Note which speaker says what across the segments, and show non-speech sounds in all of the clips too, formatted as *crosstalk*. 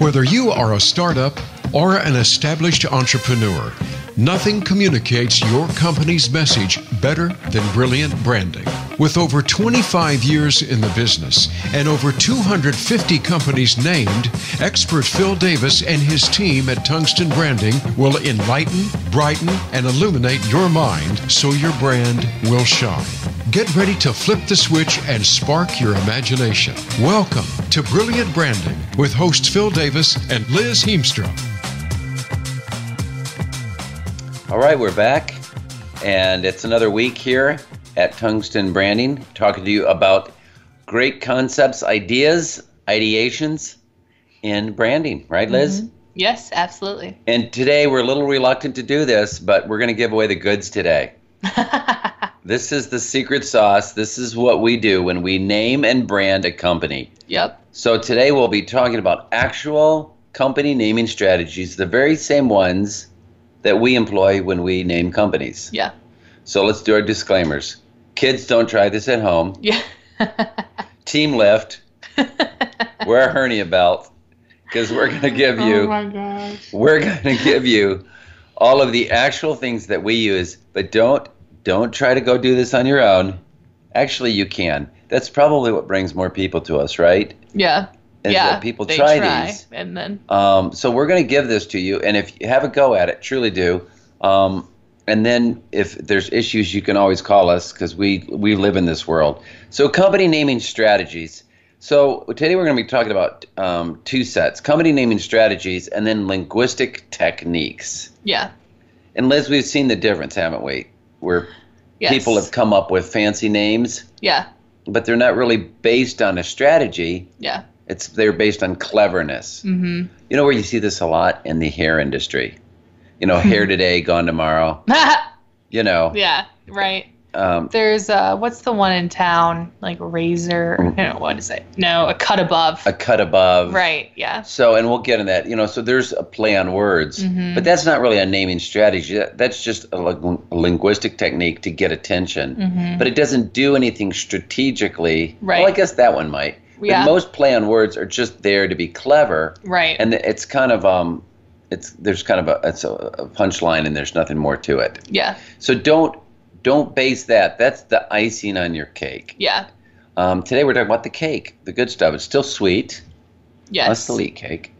Speaker 1: Whether you are a startup or an established entrepreneur, nothing communicates your company's message better than brilliant branding. With over 25 years in the business and over 250 companies named, expert Phil Davis and his team at Tungsten Branding will enlighten, brighten, and illuminate your mind so your brand will shine. Get ready to flip the switch and spark your imagination. Welcome to Brilliant Branding with hosts Phil Davis and Liz Heemstrom.
Speaker 2: All right, we're back, and it's another week here at Tungsten Branding, talking to you about great concepts, ideas, ideations in branding, right, Liz?
Speaker 3: Mhm. Yes, absolutely.
Speaker 2: And today we're a little reluctant to do this, but we're going to give away the goods today. This is the secret sauce. This is what we do when we name and brand a company.
Speaker 3: yep.
Speaker 2: So today we'll be talking about actual company naming strategies, the very same ones that we employ when we name companies.
Speaker 3: Yeah.
Speaker 2: So let's do our disclaimers. Kids, don't try this at home.
Speaker 3: Yeah. *laughs*
Speaker 2: Team lift. wear a hernia belt because we're going to give you.
Speaker 3: Oh my gosh.
Speaker 2: we're going to give you all of the actual things that we use but don't don't try to go do this on your own actually you can that's probably what brings more people to us right
Speaker 3: Yeah.
Speaker 2: is
Speaker 3: yeah.
Speaker 2: that uh, people
Speaker 3: they
Speaker 2: try,
Speaker 3: try,
Speaker 2: these
Speaker 3: and then
Speaker 2: um, so we're going to give this to you and if you have a go at it truly do um, and then if there's issues you can always call us because we we live in this world so company naming strategies so today we're going to be talking about um, two sets company naming strategies and then linguistic techniques
Speaker 3: yeah.
Speaker 2: and Liz, we've seen the difference, haven't we? Where
Speaker 3: Yes.
Speaker 2: people have come up with fancy names,
Speaker 3: Yeah.
Speaker 2: but they're not really based on a strategy.
Speaker 3: Yeah.
Speaker 2: It's they're based on cleverness.
Speaker 3: Mm-hmm. *laughs*
Speaker 2: You know where you see this a lot in the hair industry. You know, hair today, gone tomorrow. You know,
Speaker 3: Hmm. yeah. Right.
Speaker 2: um,
Speaker 3: There's uh, what's the one in town? Like razor. No, what is it? No, a cut above.
Speaker 2: a cut above.
Speaker 3: right. Yeah.
Speaker 2: So, and we'll get in that. You know, so there's a play on words,
Speaker 3: Mhm.
Speaker 2: but that's not really a naming strategy. That- That's just a lingu- linguistic technique to get attention.
Speaker 3: Mm-hmm.
Speaker 2: but it doesn't do anything strategically. Well, I
Speaker 3: Right.
Speaker 2: guess that one might. But
Speaker 3: Yeah.
Speaker 2: most play on words are just there to be clever,
Speaker 3: Right.
Speaker 2: and it's kind of um, it's there's kind of a it's a, a punchline, and there's nothing more to it.
Speaker 3: yeah.
Speaker 2: So don't don't base that. That's the icing on your cake.
Speaker 3: Yeah.
Speaker 2: Um, today we're talking about the cake, the good stuff. It's still sweet.
Speaker 3: Yes.
Speaker 2: That's the elite cake.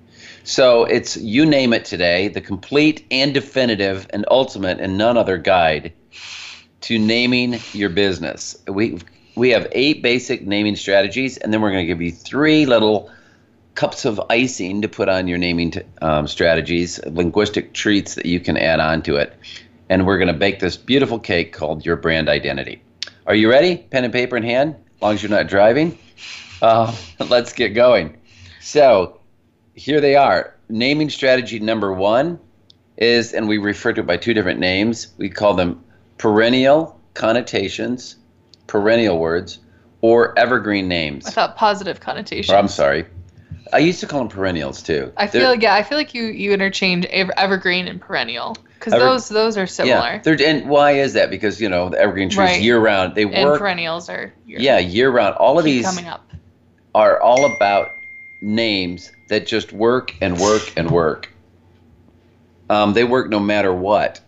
Speaker 2: So it's you name it today, the complete and definitive and ultimate and none other guide to naming your business. We we have eight basic naming strategies, and then we're going to give you three little cups of icing to put on your naming t- um, strategies, linguistic treats that you can add on to it, and we're going to bake this beautiful cake called your brand identity. Are you ready? Pen and paper in hand, as long as you're not driving. Uh, *laughs* let's get going. So here they are. Naming strategy number one is, and we refer to it by two different names. We call them perennial connotations, perennial words, or evergreen
Speaker 3: I
Speaker 2: names.
Speaker 3: thought positive connotation.
Speaker 2: Or, I'm sorry. I used to call them perennials too.
Speaker 3: I feel
Speaker 2: They're-
Speaker 3: like yeah, I feel like you you interchange ever, evergreen and perennial because
Speaker 2: Ever-
Speaker 3: those those are
Speaker 2: yeah.
Speaker 3: similar.
Speaker 2: They're, and why is that? Because you know the evergreen trees
Speaker 3: Right.
Speaker 2: year round. They
Speaker 3: and
Speaker 2: work.
Speaker 3: perennials are your,
Speaker 2: Yeah, year round. All of
Speaker 3: keep
Speaker 2: these
Speaker 3: coming up.
Speaker 2: are all about names that just work and work and work. Um, they work no matter what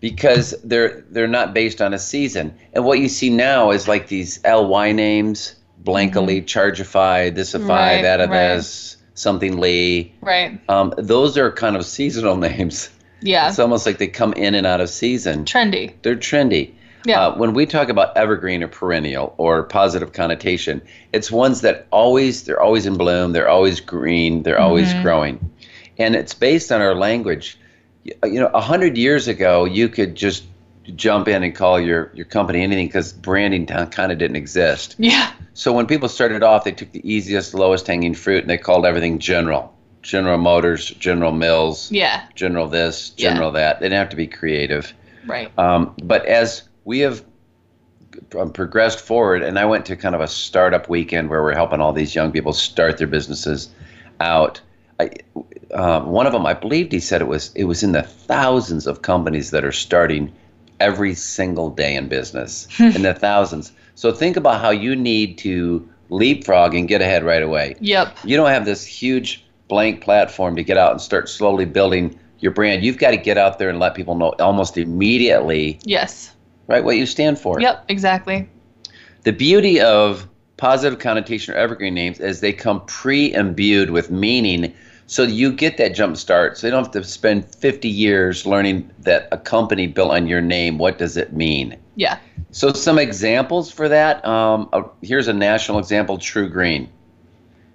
Speaker 2: because they're they're not based on a season. And what you see now is like these ly names, blankly, chargeify, thisify,
Speaker 3: Mm-hmm. Right,
Speaker 2: that of
Speaker 3: right.
Speaker 2: this, something lee.
Speaker 3: Right.
Speaker 2: Um, those are kind of seasonal *laughs* names.
Speaker 3: Yeah.
Speaker 2: It's almost like they come in and out of season.
Speaker 3: Trendy.
Speaker 2: They're trendy.
Speaker 3: Yeah.
Speaker 2: Uh, when we talk about evergreen or perennial or positive connotation, it's ones that always they're always in bloom, they're always green, they're always
Speaker 3: Mhm.
Speaker 2: growing, and it's based on our language. Y- uh, You know, a hundred years ago, you could just jump in and call your your company anything because branding kind of didn't exist.
Speaker 3: yeah.
Speaker 2: So when people started off, they took the easiest, lowest hanging fruit and they called everything General, General Motors, General Mills,
Speaker 3: Yeah.
Speaker 2: General this,
Speaker 3: Yeah.
Speaker 2: General that. They didn't have to be creative.
Speaker 3: Right.
Speaker 2: Um, but as we have um, progressed forward, and I went to kind of a startup weekend where we're helping all these young people start their businesses out. I, um, one of them, I believed he said it was it was in the thousands of companies that are starting every single day in business in the thousands. So think about how you need to leapfrog and get ahead right away.
Speaker 3: Yep.
Speaker 2: You don't have this huge blank platform to get out and start slowly building your brand. You've got to get out there and let people know almost immediately,
Speaker 3: Yes.
Speaker 2: right, what you stand for.
Speaker 3: Yep. Exactly.
Speaker 2: The beauty of positive connotation or evergreen names is they come pre imbued with meaning. So you get that jump start. So you don't have to spend 50 years learning that a company built on your name, what does it mean?
Speaker 3: Yeah.
Speaker 2: So some examples for that. Um, uh, here's a national example: True Green.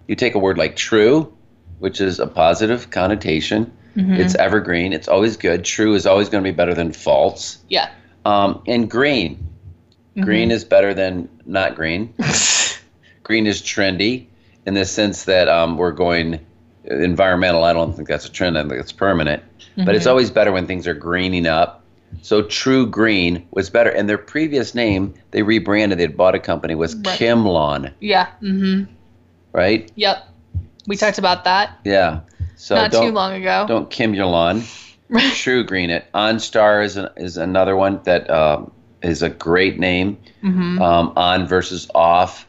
Speaker 2: You take a word like true, which is a positive connotation.
Speaker 3: Mhm.
Speaker 2: It's evergreen. It's always good. True is always going to be better than false.
Speaker 3: Yeah. Mm-hmm.
Speaker 2: Um, and green.
Speaker 3: *laughs*
Speaker 2: Green is better than not green. green is trendy in the sense that um, we're going environmental. I don't think that's a trend. I think it's permanent. But
Speaker 3: Mm-hmm.
Speaker 2: it's always better when things are greening up. So True Green was better. And their previous name, they rebranded. They had bought a company was
Speaker 3: Right.
Speaker 2: Kimlon,
Speaker 3: Yeah. hmm
Speaker 2: right?
Speaker 3: Yep. We talked about that
Speaker 2: Yeah. So
Speaker 3: not
Speaker 2: don't
Speaker 3: too long ago. *laughs*
Speaker 2: don't Kim your lawn. True Green it. OnStar is an, is another one that um, is a great name.
Speaker 3: hmm
Speaker 2: um, on versus off.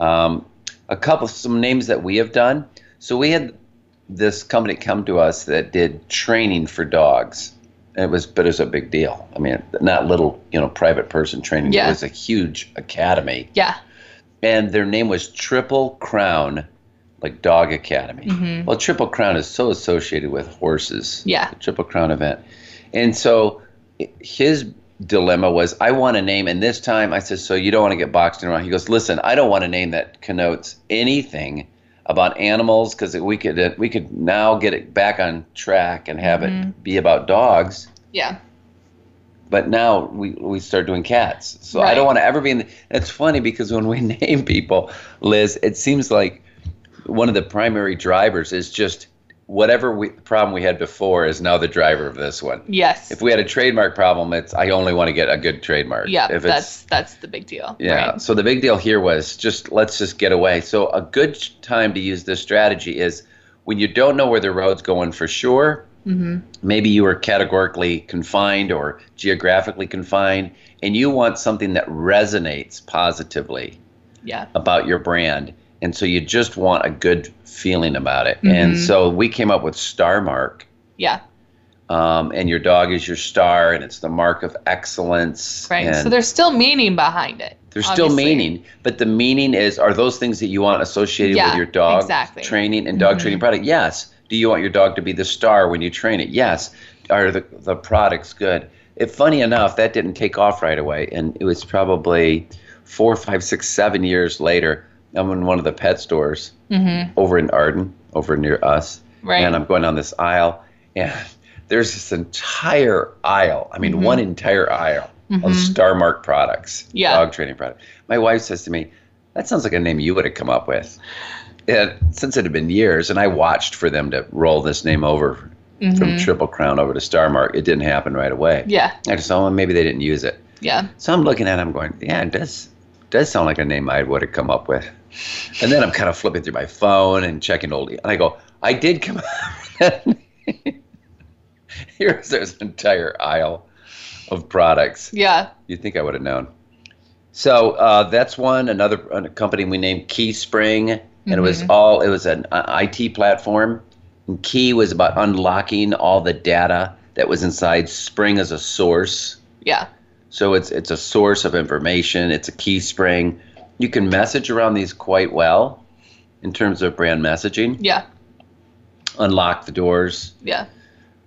Speaker 2: Um, a couple, some names that we have done. So we had this company come to us that did training for dogs. And It was, but it was a big deal. I mean, not little, you know, private person training.
Speaker 3: Yeah.
Speaker 2: It was a huge academy,
Speaker 3: Yeah.
Speaker 2: and their name was Triple Crown, like Dog Academy.
Speaker 3: Mhm.
Speaker 2: Well, Triple Crown is so associated with horses
Speaker 3: Yeah.
Speaker 2: the Triple Crown event. And so i- his dilemma was, I want a name. And this time I said, So you don't want to get boxed in around. He goes, Listen, I don't want a name that connotes anything about animals because we could uh, we could now get it back on track and have
Speaker 3: Mhm.
Speaker 2: it be about dogs.
Speaker 3: Yeah.
Speaker 2: But now we, we start doing cats. So I
Speaker 3: Right.
Speaker 2: don't want to ever be in. The, it's funny because when we *laughs* name people, Liz, it seems like one of the primary drivers is just whatever we, problem we had before is now the driver of this one.
Speaker 3: Yes.
Speaker 2: If we had a trademark problem, it's I only want to get a good trademark.
Speaker 3: yeah.
Speaker 2: if
Speaker 3: that's that's the big deal.
Speaker 2: yeah.
Speaker 3: Right.
Speaker 2: So the big deal here was just let's just get away. So a good time to use this strategy is when you don't know where the road's going for sure.
Speaker 3: Mhm.
Speaker 2: Maybe you are categorically confined or geographically confined, and you want something that resonates positively
Speaker 3: Yeah.
Speaker 2: about your brand. And so you just want a good feeling about it. And
Speaker 3: Mhm.
Speaker 2: so we came up with Star Mark,
Speaker 3: Yeah.
Speaker 2: um, and your dog is your star, and it's the mark of excellence.
Speaker 3: Right.
Speaker 2: And
Speaker 3: so there's still meaning behind it.
Speaker 2: there's still
Speaker 3: obviously.
Speaker 2: meaning, but the meaning is are those things that you want associated with
Speaker 3: Yeah,
Speaker 2: your dog
Speaker 3: exactly.
Speaker 2: training and dog
Speaker 3: Mhm.
Speaker 2: training product? Yes. Do you want your dog to be the star when you train it? Yes. Are the, the products good? If funny enough, that didn't take off right away, and it was probably four, five, six, seven years later. I'm in one of the pet stores
Speaker 3: Mhm.
Speaker 2: over in Arden, over near us,
Speaker 3: Right.
Speaker 2: and I'm going down this aisle, and *laughs* there's this entire aisle. I mean,
Speaker 3: Mhm.
Speaker 2: one entire aisle of
Speaker 3: Mhm.
Speaker 2: Star Mark products,
Speaker 3: Yeah.
Speaker 2: dog training product. My wife says to me, "That sounds like a name you would have come up with." And since it had been years, and I watched for them to roll this name over from
Speaker 3: Mhm.
Speaker 2: Triple Crown over to Star Mark, it didn't happen right away.
Speaker 3: Yeah.
Speaker 2: I just thought, well, maybe they didn't use it.
Speaker 3: Yeah.
Speaker 2: So I'm looking at it, I'm going, yeah, it does, does sound like a name I would have come up with. And then I'm kind of flipping through my phone and checking old, and I go, I did come up with that name. *laughs* Here's this entire aisle of products.
Speaker 3: Yeah.
Speaker 2: You'd think I would have known. So uh, that's one. Another a company we named Keyspring, and it was
Speaker 3: Mhm.
Speaker 2: all it was an uh, IT platform. And Key was about unlocking all the data that was inside Spring as a source.
Speaker 3: Yeah.
Speaker 2: So it's it's a source of information. It's a key spring. You can message around these quite well in terms of brand messaging.
Speaker 3: Yeah.
Speaker 2: Unlock the doors.
Speaker 3: Yeah.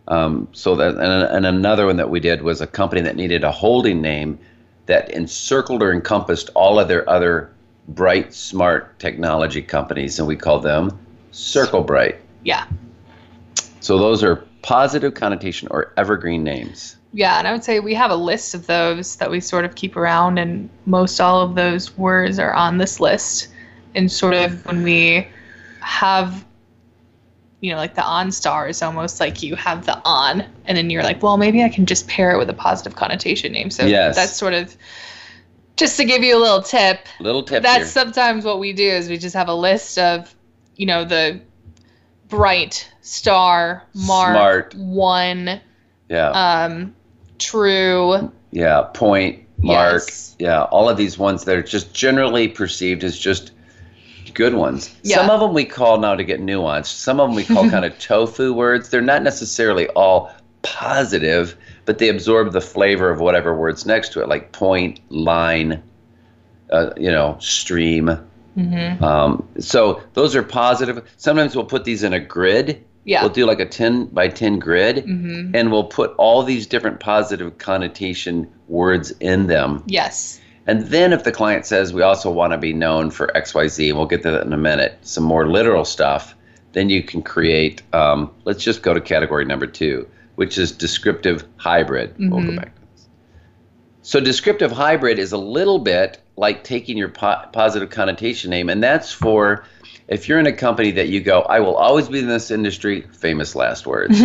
Speaker 2: Um, so that and, and another one that we did was a company that needed a holding name that encircled or encompassed all of their other bright, smart technology companies, and we called them Circle Bright.
Speaker 3: Yeah.
Speaker 2: So those are positive connotation or evergreen names.
Speaker 3: Yeah, and I would say we have a list of those that we sort of keep around, and most all of those words are on this list. And sort of when we have, you know, like the on star is almost like you have the on, and then you're like, well, maybe I can just pair it with a positive connotation name. So
Speaker 2: Yes.
Speaker 3: that's sort of just to give you a little tip.
Speaker 2: Little tip
Speaker 3: That's
Speaker 2: here.
Speaker 3: sometimes what we do is we just have a list of, you know, the bright star mark
Speaker 2: Smart.
Speaker 3: one Uh,
Speaker 2: yeah.
Speaker 3: um, true,
Speaker 2: yeah. Point. Mark.
Speaker 3: Yes.
Speaker 2: Yeah, all of these ones that are just generally perceived as just good ones.
Speaker 3: Yeah.
Speaker 2: Some of them we call now to get nuanced. Some of them we
Speaker 3: *laughs*
Speaker 2: call kind of tofu words. They're not necessarily all positive, but they absorb the flavor of whatever words next to it, like point, line, uh, you know, stream.
Speaker 3: hmm
Speaker 2: Um, so those are positive. Sometimes we'll put these in a grid.
Speaker 3: Yeah.
Speaker 2: We'll do like a 10 by 10 grid
Speaker 3: hmm
Speaker 2: and we'll put all these different positive connotation words in them.
Speaker 3: Yes.
Speaker 2: And then if the client says we also want to be known for XYZ, and we'll get to that in a minute, some more literal stuff, then you can create, um, let's just go to category number two, which is descriptive hybrid. We'll go
Speaker 3: Mhm.
Speaker 2: back to this. So descriptive hybrid is a little bit like taking your po- positive connotation name, and that's for if you're in a company that you go, I will always be in this industry, famous last words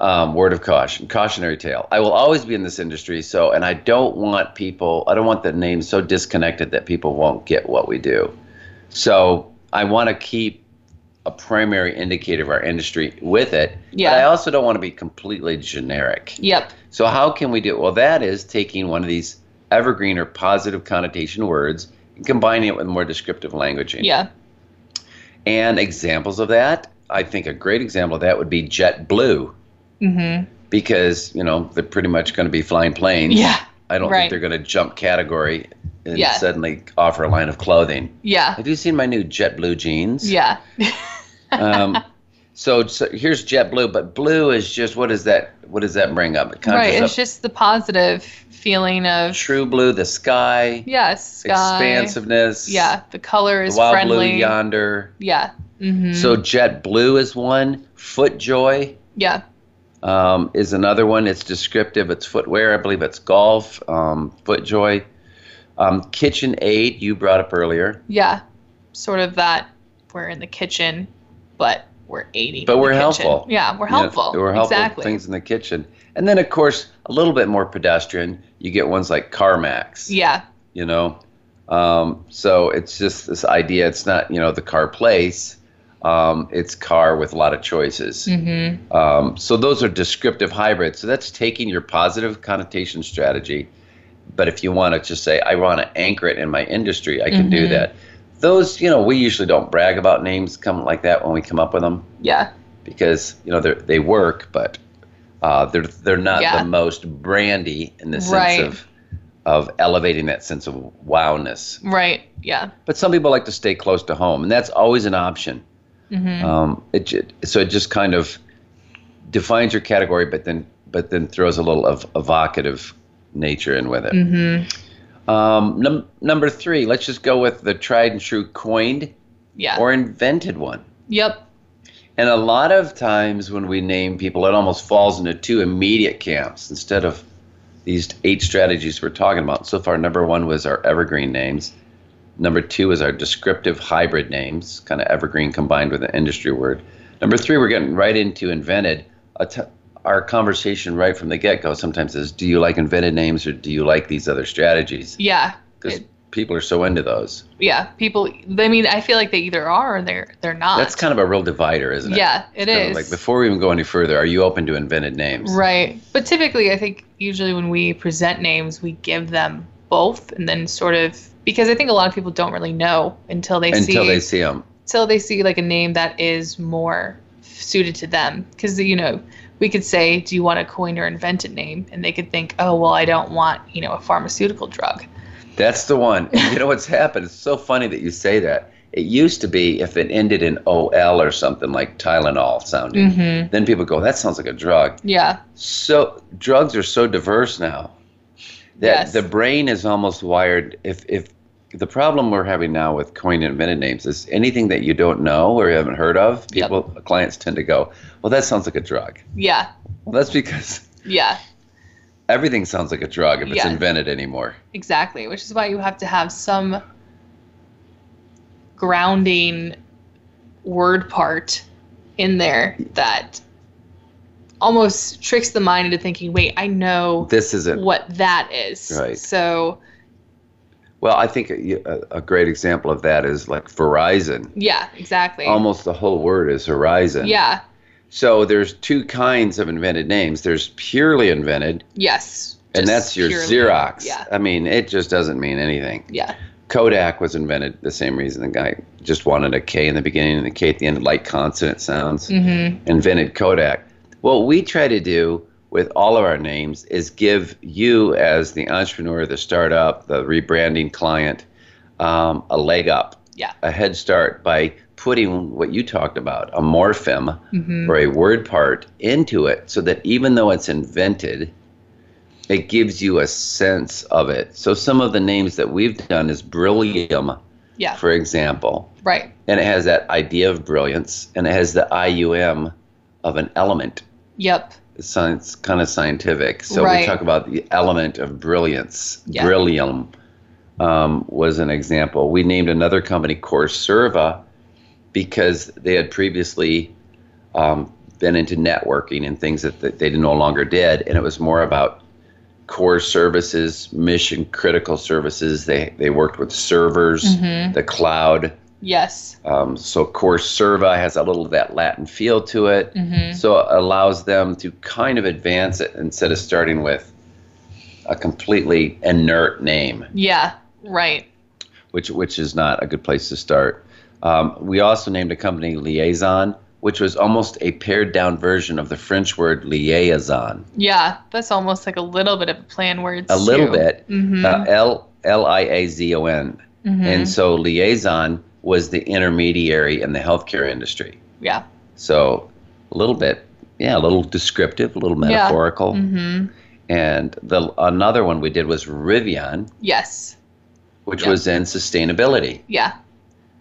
Speaker 2: um, word of caution, cautionary tale. I will always be in this industry, so and I don't want people. I don't want the name so disconnected that people won't get what we do. So I want to keep a primary indicator of our industry with it. But I
Speaker 3: yeah.
Speaker 2: also don't want to be completely generic.
Speaker 3: Yep.
Speaker 2: So how can we do it? Well, that is taking one of these evergreen or positive connotation words and combining it with more descriptive languaging.
Speaker 3: Yeah.
Speaker 2: And examples of that, I think a great example of that would be JetBlue
Speaker 3: hmm
Speaker 2: because you know they're pretty much going to be flying planes.
Speaker 3: Yeah.
Speaker 2: I don't think
Speaker 3: right.
Speaker 2: they're going to jump category and
Speaker 3: Yeah.
Speaker 2: suddenly offer a line of clothing.
Speaker 3: Yeah.
Speaker 2: Have you seen my new JetBlue jeans?
Speaker 3: Yeah.
Speaker 2: *laughs* Um, so, so here's JetBlue, but blue is just what is that? What does that bring up? It conjures
Speaker 3: Right.
Speaker 2: up
Speaker 3: It's just the positive feeling of
Speaker 2: true blue, the sky,
Speaker 3: yes, sky.
Speaker 2: expansiveness.
Speaker 3: Yeah. The color
Speaker 2: the
Speaker 3: is
Speaker 2: wild
Speaker 3: friendly.
Speaker 2: blue yonder.
Speaker 3: Yeah. hmm
Speaker 2: So JetBlue is one. FootJoy
Speaker 3: yeah.
Speaker 2: um, is another one. It's descriptive. It's footwear. I believe it's golf, um, FootJoy. Um, KitchenAid, you brought up earlier.
Speaker 3: Yeah. Sort of that. We're in the kitchen, but we're eating.
Speaker 2: But
Speaker 3: in the
Speaker 2: we're
Speaker 3: kitchen.
Speaker 2: helpful.
Speaker 3: Yeah. We're
Speaker 2: You know,
Speaker 3: helpful.
Speaker 2: there were helpful
Speaker 3: Exactly.
Speaker 2: things in the kitchen. And then, of course, a little bit more pedestrian. You get ones like CarMax,
Speaker 3: Yeah.
Speaker 2: you know. Um, so it's just this idea. It's not, you know, the car place. Um, it's car with a lot of choices.
Speaker 3: hmm
Speaker 2: Um, so those are descriptive hybrids. So that's taking your positive connotation strategy. But if you want to just say, I want to anchor it in my industry, I can do
Speaker 3: Mhm.
Speaker 2: that. Those, you know, we usually don't brag about names come like that when we come up with them
Speaker 3: Yeah.
Speaker 2: because you know they they work, but uh, they're they're not
Speaker 3: Yeah.
Speaker 2: the most brandy in the sense
Speaker 3: Right.
Speaker 2: of of elevating that sense of wowness.
Speaker 3: Right. Yeah.
Speaker 2: But some people like to stay close to home, and that's always an option.
Speaker 3: hmm
Speaker 2: Um, it ju- so it just kind of defines your category, but then but then throws a little of evocative nature in with it.
Speaker 3: hmm
Speaker 2: Um, num- number three, let's just go with the tried and true coined
Speaker 3: Yeah.
Speaker 2: or invented one.
Speaker 3: yep.
Speaker 2: And a lot of times when we name people, it almost falls into two immediate camps instead of these eight strategies we're talking about. So far, number one was our evergreen names. Number two is our descriptive hybrid names, kind of evergreen combined with an industry word. Number three, we're getting right into invented. A t- our conversation right from the get go sometimes is do you like invented names or do you like these other strategies?
Speaker 3: Yeah.
Speaker 2: Because
Speaker 3: It-
Speaker 2: people are so into those.
Speaker 3: yeah people i mean i feel like they either are or they're they're not
Speaker 2: That's kind of a real divider, isn't it?
Speaker 3: yeah it
Speaker 2: Kinda
Speaker 3: is
Speaker 2: Like before we even go any further, are you open to invented names?
Speaker 3: right but typically i think usually when we present names we give them both and then sort of because i think a lot of people don't really know until they
Speaker 2: until
Speaker 3: see
Speaker 2: they see them.
Speaker 3: until they see like a name that is more suited to them because you know we could say do you want a coined or invented name and they could think oh well i don't want you know a pharmaceutical drug
Speaker 2: That's the one. And you know
Speaker 3: *laughs*
Speaker 2: what's happened? It's so funny that you say that. It used to be if it ended in OL or something like Tylenol sounding,
Speaker 3: mm-hmm
Speaker 2: then people go, that sounds like a drug.
Speaker 3: yeah
Speaker 2: So drugs are so diverse now that
Speaker 3: Yes.
Speaker 2: the brain is almost wired. If, if the problem we're having now with coined and invented names is anything that you don't know or you haven't heard of,
Speaker 3: Yep.
Speaker 2: people, clients tend to go, well, that sounds like a drug.
Speaker 3: yeah
Speaker 2: Well, that's because *laughs*
Speaker 3: yeah
Speaker 2: everything sounds like a drug if it's
Speaker 3: Yeah.
Speaker 2: invented anymore.
Speaker 3: Exactly, which is why you have to have some grounding word part in there that almost tricks the mind into thinking, wait, I know
Speaker 2: This isn't.
Speaker 3: what that is.
Speaker 2: Right.
Speaker 3: So,
Speaker 2: Well, I think a, a- a great example of that is like Verizon.
Speaker 3: yeah, exactly.
Speaker 2: Almost the whole word is horizon.
Speaker 3: yeah,
Speaker 2: So there's two kinds of invented names. There's purely invented,
Speaker 3: yes.
Speaker 2: and that's your
Speaker 3: purely-
Speaker 2: Xerox.
Speaker 3: yeah.
Speaker 2: I mean, it just doesn't mean anything.
Speaker 3: Yeah.
Speaker 2: Kodak was invented the same reason the guy just wanted a K in the beginning and a K at the end, like consonant sounds.
Speaker 3: Mm-hmm.
Speaker 2: Invented Kodak. What we try to do with all of our names is give you, as the entrepreneur, the startup, the rebranding client, um, a leg up,
Speaker 3: Yeah.
Speaker 2: a head start by putting what you talked about, a morpheme
Speaker 3: Mm-hmm.
Speaker 2: or a word part into it so that even though it's invented, it gives you a sense of it. So some of the names that we've done is Brillium,
Speaker 3: Yeah.
Speaker 2: for example,
Speaker 3: Right.
Speaker 2: and it has that idea of brilliance and it has the IUM of an element.
Speaker 3: Yep.
Speaker 2: It's science, kind of scientific. So we
Speaker 3: Right.
Speaker 2: talk about the element of brilliance.
Speaker 3: Yeah.
Speaker 2: Brillium um, was an example. We named another company Corserva because they had previously um, been into networking and things that that they no longer did, and it was more about core services, mission critical services. They they worked with servers,
Speaker 3: Mm-hmm.
Speaker 2: the cloud.
Speaker 3: Yes.
Speaker 2: Um, so Corserva has a little of that Latin feel to it.
Speaker 3: Mm-hmm.
Speaker 2: So it allows them to kind of advance it instead of starting with a completely inert name,
Speaker 3: Yeah. Right.
Speaker 2: which which is not a good place to start. Um, we also named a company Liaison, which was almost a pared down version of the French word liaison,
Speaker 3: Yeah. That's almost like a little bit of a plan word.
Speaker 2: a little bit.
Speaker 3: Mm-hmm.
Speaker 2: Uh, L L I A Z O N,
Speaker 3: mm-hmm.
Speaker 2: and so liaison was the intermediary in the healthcare industry.
Speaker 3: yeah.
Speaker 2: So a little bit, yeah, a little descriptive, a little
Speaker 3: Yeah.
Speaker 2: metaphorical.
Speaker 3: Mm-hmm.
Speaker 2: And the another one we did was Rivian,
Speaker 3: Yes.
Speaker 2: which
Speaker 3: Yeah.
Speaker 2: was in sustainability.
Speaker 3: Yeah.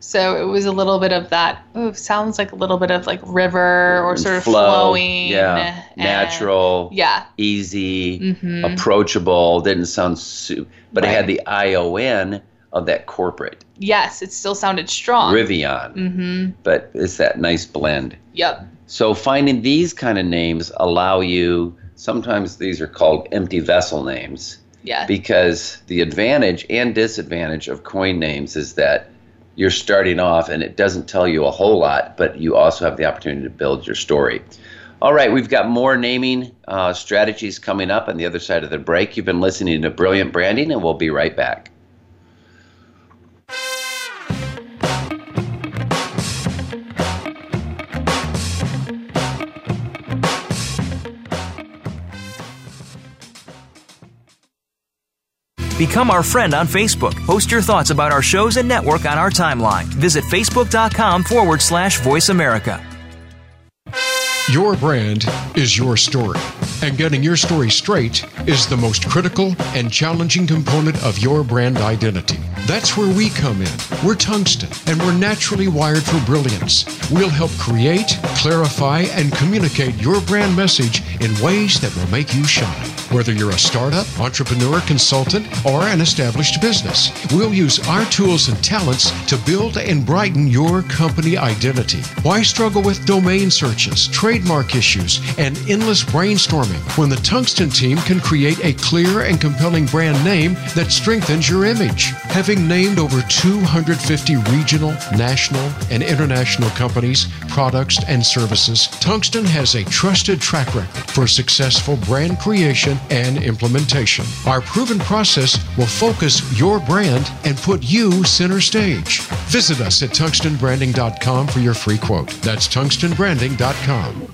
Speaker 3: So it was a little bit of that. Oh, sounds like a little bit of like river or
Speaker 2: And
Speaker 3: sort of
Speaker 2: flow,
Speaker 3: flowing.
Speaker 2: yeah,
Speaker 3: and-
Speaker 2: natural,
Speaker 3: Uh, Yeah.
Speaker 2: easy,
Speaker 3: Mm-hmm.
Speaker 2: approachable. Didn't sound su- but it had
Speaker 3: Right.
Speaker 2: the I O N of that corporate
Speaker 3: yes, it still sounded strong.
Speaker 2: Rivian,
Speaker 3: Mm-hmm.
Speaker 2: but it's that nice blend.
Speaker 3: Yep.
Speaker 2: So finding these kind of names allow you. Sometimes these are called empty vessel names.
Speaker 3: Yeah.
Speaker 2: because the advantage and disadvantage of coin names is that you're starting off and it doesn't tell you a whole lot, but you also have the opportunity to build your story. All right, we've got more naming uh, strategies coming up on the other side of the break. You've been listening to Brilliant Branding, and we'll be right back.
Speaker 4: Become our friend on Facebook. Post your thoughts about our shows and network on our timeline. Visit facebook.com forward slash voice America.
Speaker 1: Your brand is your story, and getting your story straight is the most critical and challenging component of your brand identity. That's where we come in. We're tungsten, and we're naturally wired for brilliance. We'll help create, clarify, and communicate your brand message in ways that will make you shine. Whether you're a startup, entrepreneur, consultant, or an established business, we'll use our tools and talents to build and brighten your company identity. Why struggle with domain searches, trademark issues, and endless brainstorming when the Tungsten team can create a clear and compelling brand name that strengthens your image? Having named over 250 regional, national, and international companies, products, and services, Tungsten has a trusted track record for successful brand creation and implementation. Our proven process will focus your brand and put you center stage. Visit us at tungstenbranding.com for your free quote. That's tungstenbranding.com.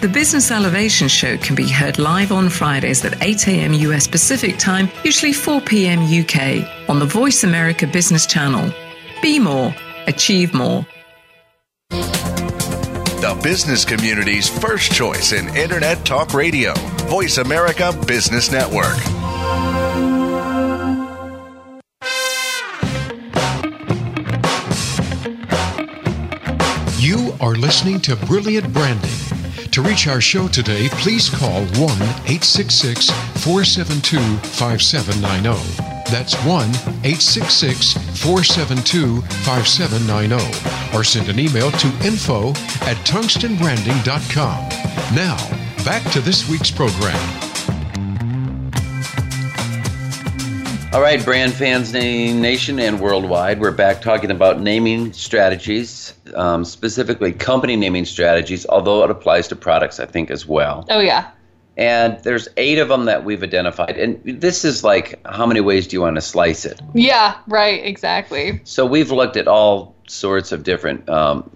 Speaker 5: The Business Elevation Show can be heard live on Fridays at 8 a.m. US Pacific Time, usually 4 p.m. UK, on the Voice America Business Channel. Be more, achieve more.
Speaker 6: The business community's first choice in Internet Talk Radio. Voice America Business Network.
Speaker 1: You are listening to Brilliant Branding. To reach our show today, please call 1 866 472 5790. That's 1 866 472 5790. Or send an email to info at tungstenbranding.com. Now, back to this week's program.
Speaker 2: All right, brand fans, na- nation, and worldwide, we're back talking about naming strategies, um, specifically company naming strategies, although it applies to products, I think, as well.
Speaker 3: Oh yeah.
Speaker 2: And there's eight of them that we've identified. And this is like, how many ways do you want to slice it?
Speaker 3: Yeah. Right. Exactly.
Speaker 2: So we've looked at all sorts of different. Um,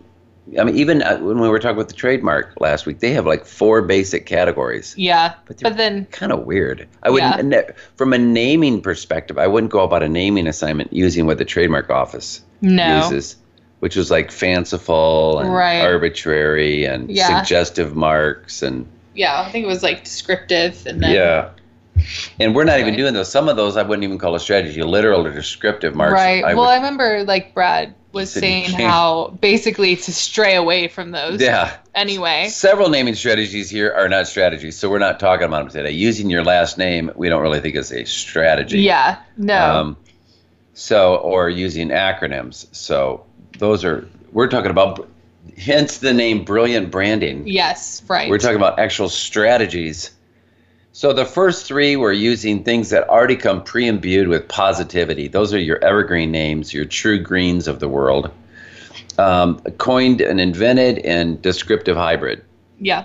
Speaker 2: I mean, even uh, when we were talking about the trademark last week, they have like four basic categories.
Speaker 3: Yeah. But,
Speaker 2: they're
Speaker 3: then.
Speaker 2: Kind of weird. I wouldn't,
Speaker 3: Yeah.
Speaker 2: ne- from a naming perspective, I wouldn't go about a naming assignment using what the trademark office
Speaker 3: No.
Speaker 2: uses, which was like fanciful and
Speaker 3: Right.
Speaker 2: arbitrary and
Speaker 3: Yeah.
Speaker 2: suggestive marks and
Speaker 3: Yeah. I think it was like descriptive and then.
Speaker 2: yeah. And we're not even
Speaker 3: Right.
Speaker 2: doing those. Some of those I wouldn't even call a strategy, literal or descriptive marks.
Speaker 3: Right.
Speaker 2: I
Speaker 3: well,
Speaker 2: would-
Speaker 3: I remember like Brad was
Speaker 2: Said you
Speaker 3: saying
Speaker 2: can't.
Speaker 3: how basically to stray away from those.
Speaker 2: yeah.
Speaker 3: Anyway.
Speaker 2: Several naming strategies here are not strategies, so we're not talking about them today. Using your last name, we don't really think is a strategy.
Speaker 3: Yeah. No.
Speaker 2: Um, so, or using acronyms. So, those are, we're talking about, hence the name Brilliant Branding.
Speaker 3: yes. Right.
Speaker 2: We're talking about actual strategies. So, the first three were using things that already come pre imbued with positivity. Those are your evergreen names, your true greens of the world, um, coined and invented, and descriptive hybrid.
Speaker 3: yeah.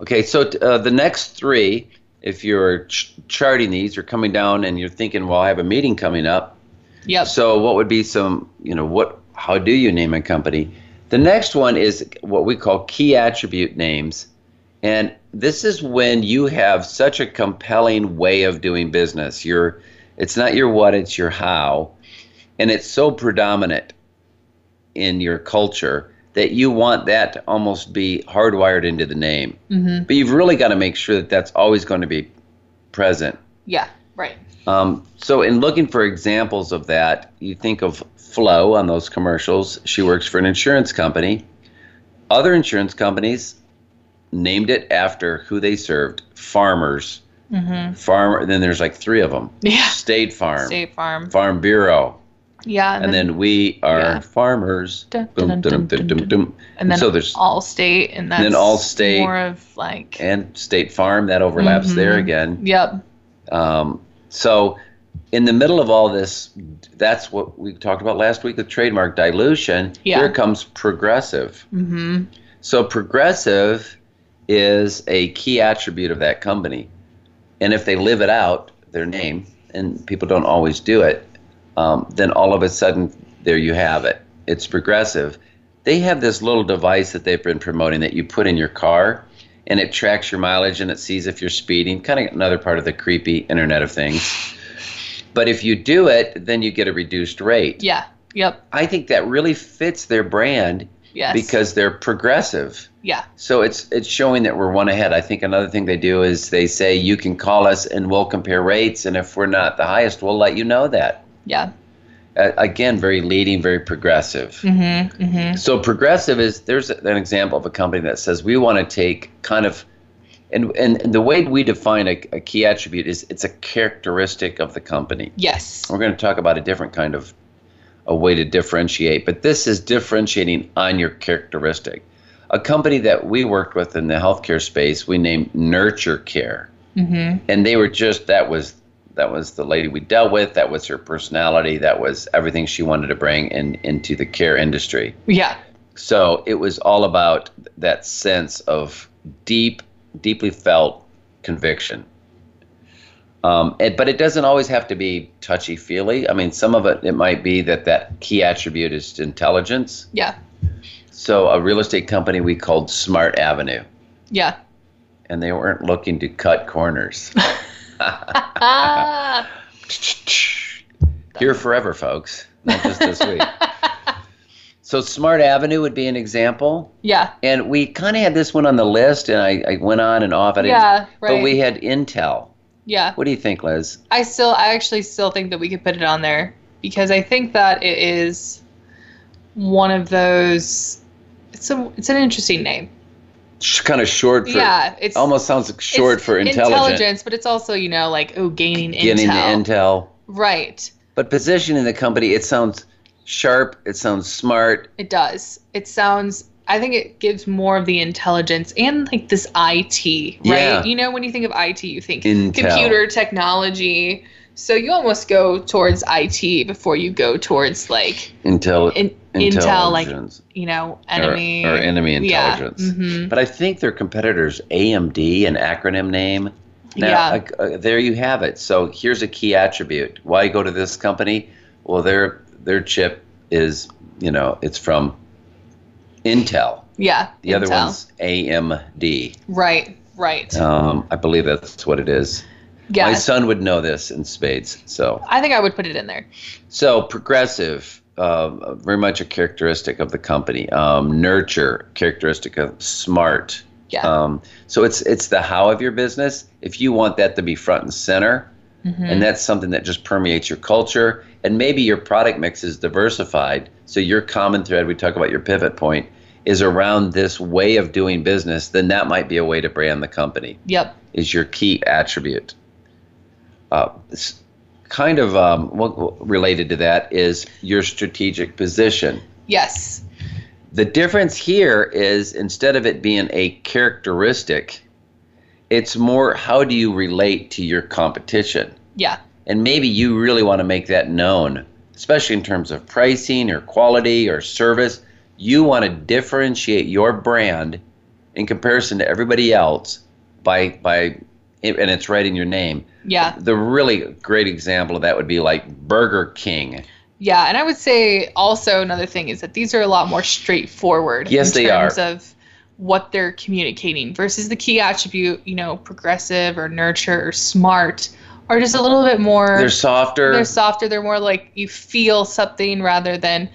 Speaker 2: Okay, so t- uh, the next three, if you're ch- charting these, you're coming down and you're thinking, well, I have a meeting coming up.
Speaker 3: Yep.
Speaker 2: So what would be some, you know, what? How do you name a company? The next one is what we call key attribute names, and this is when you have such a compelling way of doing business. Your, it's not your what, it's your how, and it's so predominant in your culture that you want that to almost be hardwired into the name.
Speaker 3: mm-hmm.
Speaker 2: But you've really got to make sure that that's always going to be present.
Speaker 3: Yeah. Right.
Speaker 2: Um, so, in looking for examples of that, you think of Flo on those commercials. She works for an insurance company. Other insurance companies named it after who they served farmers.
Speaker 3: Mm-hmm.
Speaker 2: Farmer, then there's like three of them
Speaker 3: Yeah.
Speaker 2: State Farm,
Speaker 3: State Farm.
Speaker 2: Farm Bureau,
Speaker 3: Yeah.
Speaker 2: and then we are
Speaker 3: yeah.
Speaker 2: farmers.
Speaker 3: Dun, dun,
Speaker 2: Dum,
Speaker 3: dun,
Speaker 2: dum,
Speaker 3: dun,
Speaker 2: dum,
Speaker 3: dun,
Speaker 2: dum, dum.
Speaker 3: and then
Speaker 2: so there's
Speaker 3: all state and that's
Speaker 2: then Allstate
Speaker 3: more of like
Speaker 2: and State Farm that overlaps
Speaker 3: Mhm.
Speaker 2: there again.
Speaker 3: yep
Speaker 2: Um, so, in the middle of all this, that's what we talked about last week with trademark dilution.
Speaker 3: Yeah.
Speaker 2: Here comes progressive.
Speaker 3: mm-hmm
Speaker 2: So, progressive is a key attribute of that company. And if they live it out, their name, and people don't always do it, um, then all of a sudden, there you have it. It's progressive. They have this little device that they've been promoting that you put in your car and it tracks your mileage and it sees if you're speeding, kind of another part of the creepy Internet of Things. But if you do it, then you get a reduced rate.
Speaker 3: yeah yep
Speaker 2: I think that really fits their brand
Speaker 3: yes
Speaker 2: because they're progressive.
Speaker 3: yeah
Speaker 2: So it's it's showing that we're one ahead. I think another thing they do is they say you can call us and we'll compare rates, and if we're not the highest, we'll let you know that.
Speaker 3: yeah
Speaker 2: Uh, again, very leading, very progressive.
Speaker 3: mm-hmm mm-hmm
Speaker 2: So progressive is there's an example of a company that says we want to take kind of, and and, and the way we define a, a key attribute is it's a characteristic of the company.
Speaker 3: yes
Speaker 2: We're going to talk about a different kind of a way to differentiate, but this is differentiating on your characteristic. A company that we worked with in the healthcare space, we named Nurture Care,
Speaker 3: mm-hmm
Speaker 2: and they were just that was that was the lady we dealt with. That was her personality. That was everything she wanted to bring in into the care industry.
Speaker 3: yeah
Speaker 2: So it was all about that sense of deep, deeply felt conviction. Um, and, but it doesn't always have to be touchy feely. I mean, some of it it might be that that key attribute is intelligence.
Speaker 3: yeah
Speaker 2: So a real estate company we called Smart Avenue, *laughs*
Speaker 3: yeah
Speaker 2: and they weren't looking to cut corners.
Speaker 3: ah
Speaker 2: Here forever, folks, not just this week. So Smart Avenue would be an example.
Speaker 3: yeah
Speaker 2: And we kind of had this one on the list, and I, I went on and off. And I
Speaker 3: Yeah,
Speaker 2: didn't- But
Speaker 3: right.
Speaker 2: we had Intel.
Speaker 3: yeah
Speaker 2: What do you think, Liz?
Speaker 3: i still i actually still think that we could put it on there because i think that it is one of those it's a it's an interesting name
Speaker 2: Sh- kind of short for.
Speaker 3: yeah it's
Speaker 2: Almost sounds like short
Speaker 3: it's
Speaker 2: for intelligent.
Speaker 3: but it's also you know like oh gaining
Speaker 2: Getting
Speaker 3: intel
Speaker 2: the intel.
Speaker 3: Right.
Speaker 2: But positioning the company, it sounds sharp, it sounds smart.
Speaker 3: It does. It sounds. I think it gives more of the intelligence and like this IT, right?
Speaker 2: Yeah.
Speaker 3: You know, when you think of IT, you think
Speaker 2: Intel.
Speaker 3: computer technology. So you almost go towards IT before you go towards like
Speaker 2: Intel,
Speaker 3: in, Intel, like
Speaker 2: intelligence.
Speaker 3: you know,
Speaker 2: or-
Speaker 3: enemy
Speaker 2: or, enemy
Speaker 3: Yeah.
Speaker 2: intelligence.
Speaker 3: Mhm.
Speaker 2: But I think their competitors, AMD, an acronym name. Now,
Speaker 3: Yeah.
Speaker 2: uh, uh, there you have it. So here's a key attribute. Why go to this company? Well, their their chip is, you know, it's from Intel.
Speaker 3: Yeah.
Speaker 2: The other
Speaker 3: Intel.
Speaker 2: one's AMD.
Speaker 3: Right. Right.
Speaker 2: Um, I believe that's what it is.
Speaker 3: yeah.
Speaker 2: My son would know this in spades. So
Speaker 3: I think I would put it in there.
Speaker 2: so progressive, um, very much a characteristic of the company. Um, nurture, characteristic of smart.
Speaker 3: Yeah.
Speaker 2: Um, so it's it's the how of your business. If you want that to be front and center, and that's something that just permeates your culture, and maybe your product mix is diversified. So your common thread, we talk about your pivot point, is around this way of doing business. Then that might be a way to brand the company
Speaker 3: Yep.
Speaker 2: is your key attribute. Uh, s- kind of um, well, related to that is your strategic position.
Speaker 3: Yes.
Speaker 2: The difference here is instead of it being a characteristic, it's more how do you relate to your competition?
Speaker 3: Yeah.
Speaker 2: And maybe you really want to make that known, especially in terms of pricing or quality or service. You want to differentiate your brand in comparison to everybody else by by and it's right in your name.
Speaker 3: Yeah.
Speaker 2: The really great example of that would be like Burger King.
Speaker 3: Yeah, and I would say also another thing is that these are a lot more straightforward.
Speaker 2: Yes,
Speaker 3: in
Speaker 2: they are.
Speaker 3: terms of what they're communicating versus the key attribute, you know, progressive or nurture or smart, are just a little bit more.
Speaker 2: They're softer.
Speaker 3: they're softer. They're more like you feel something rather than,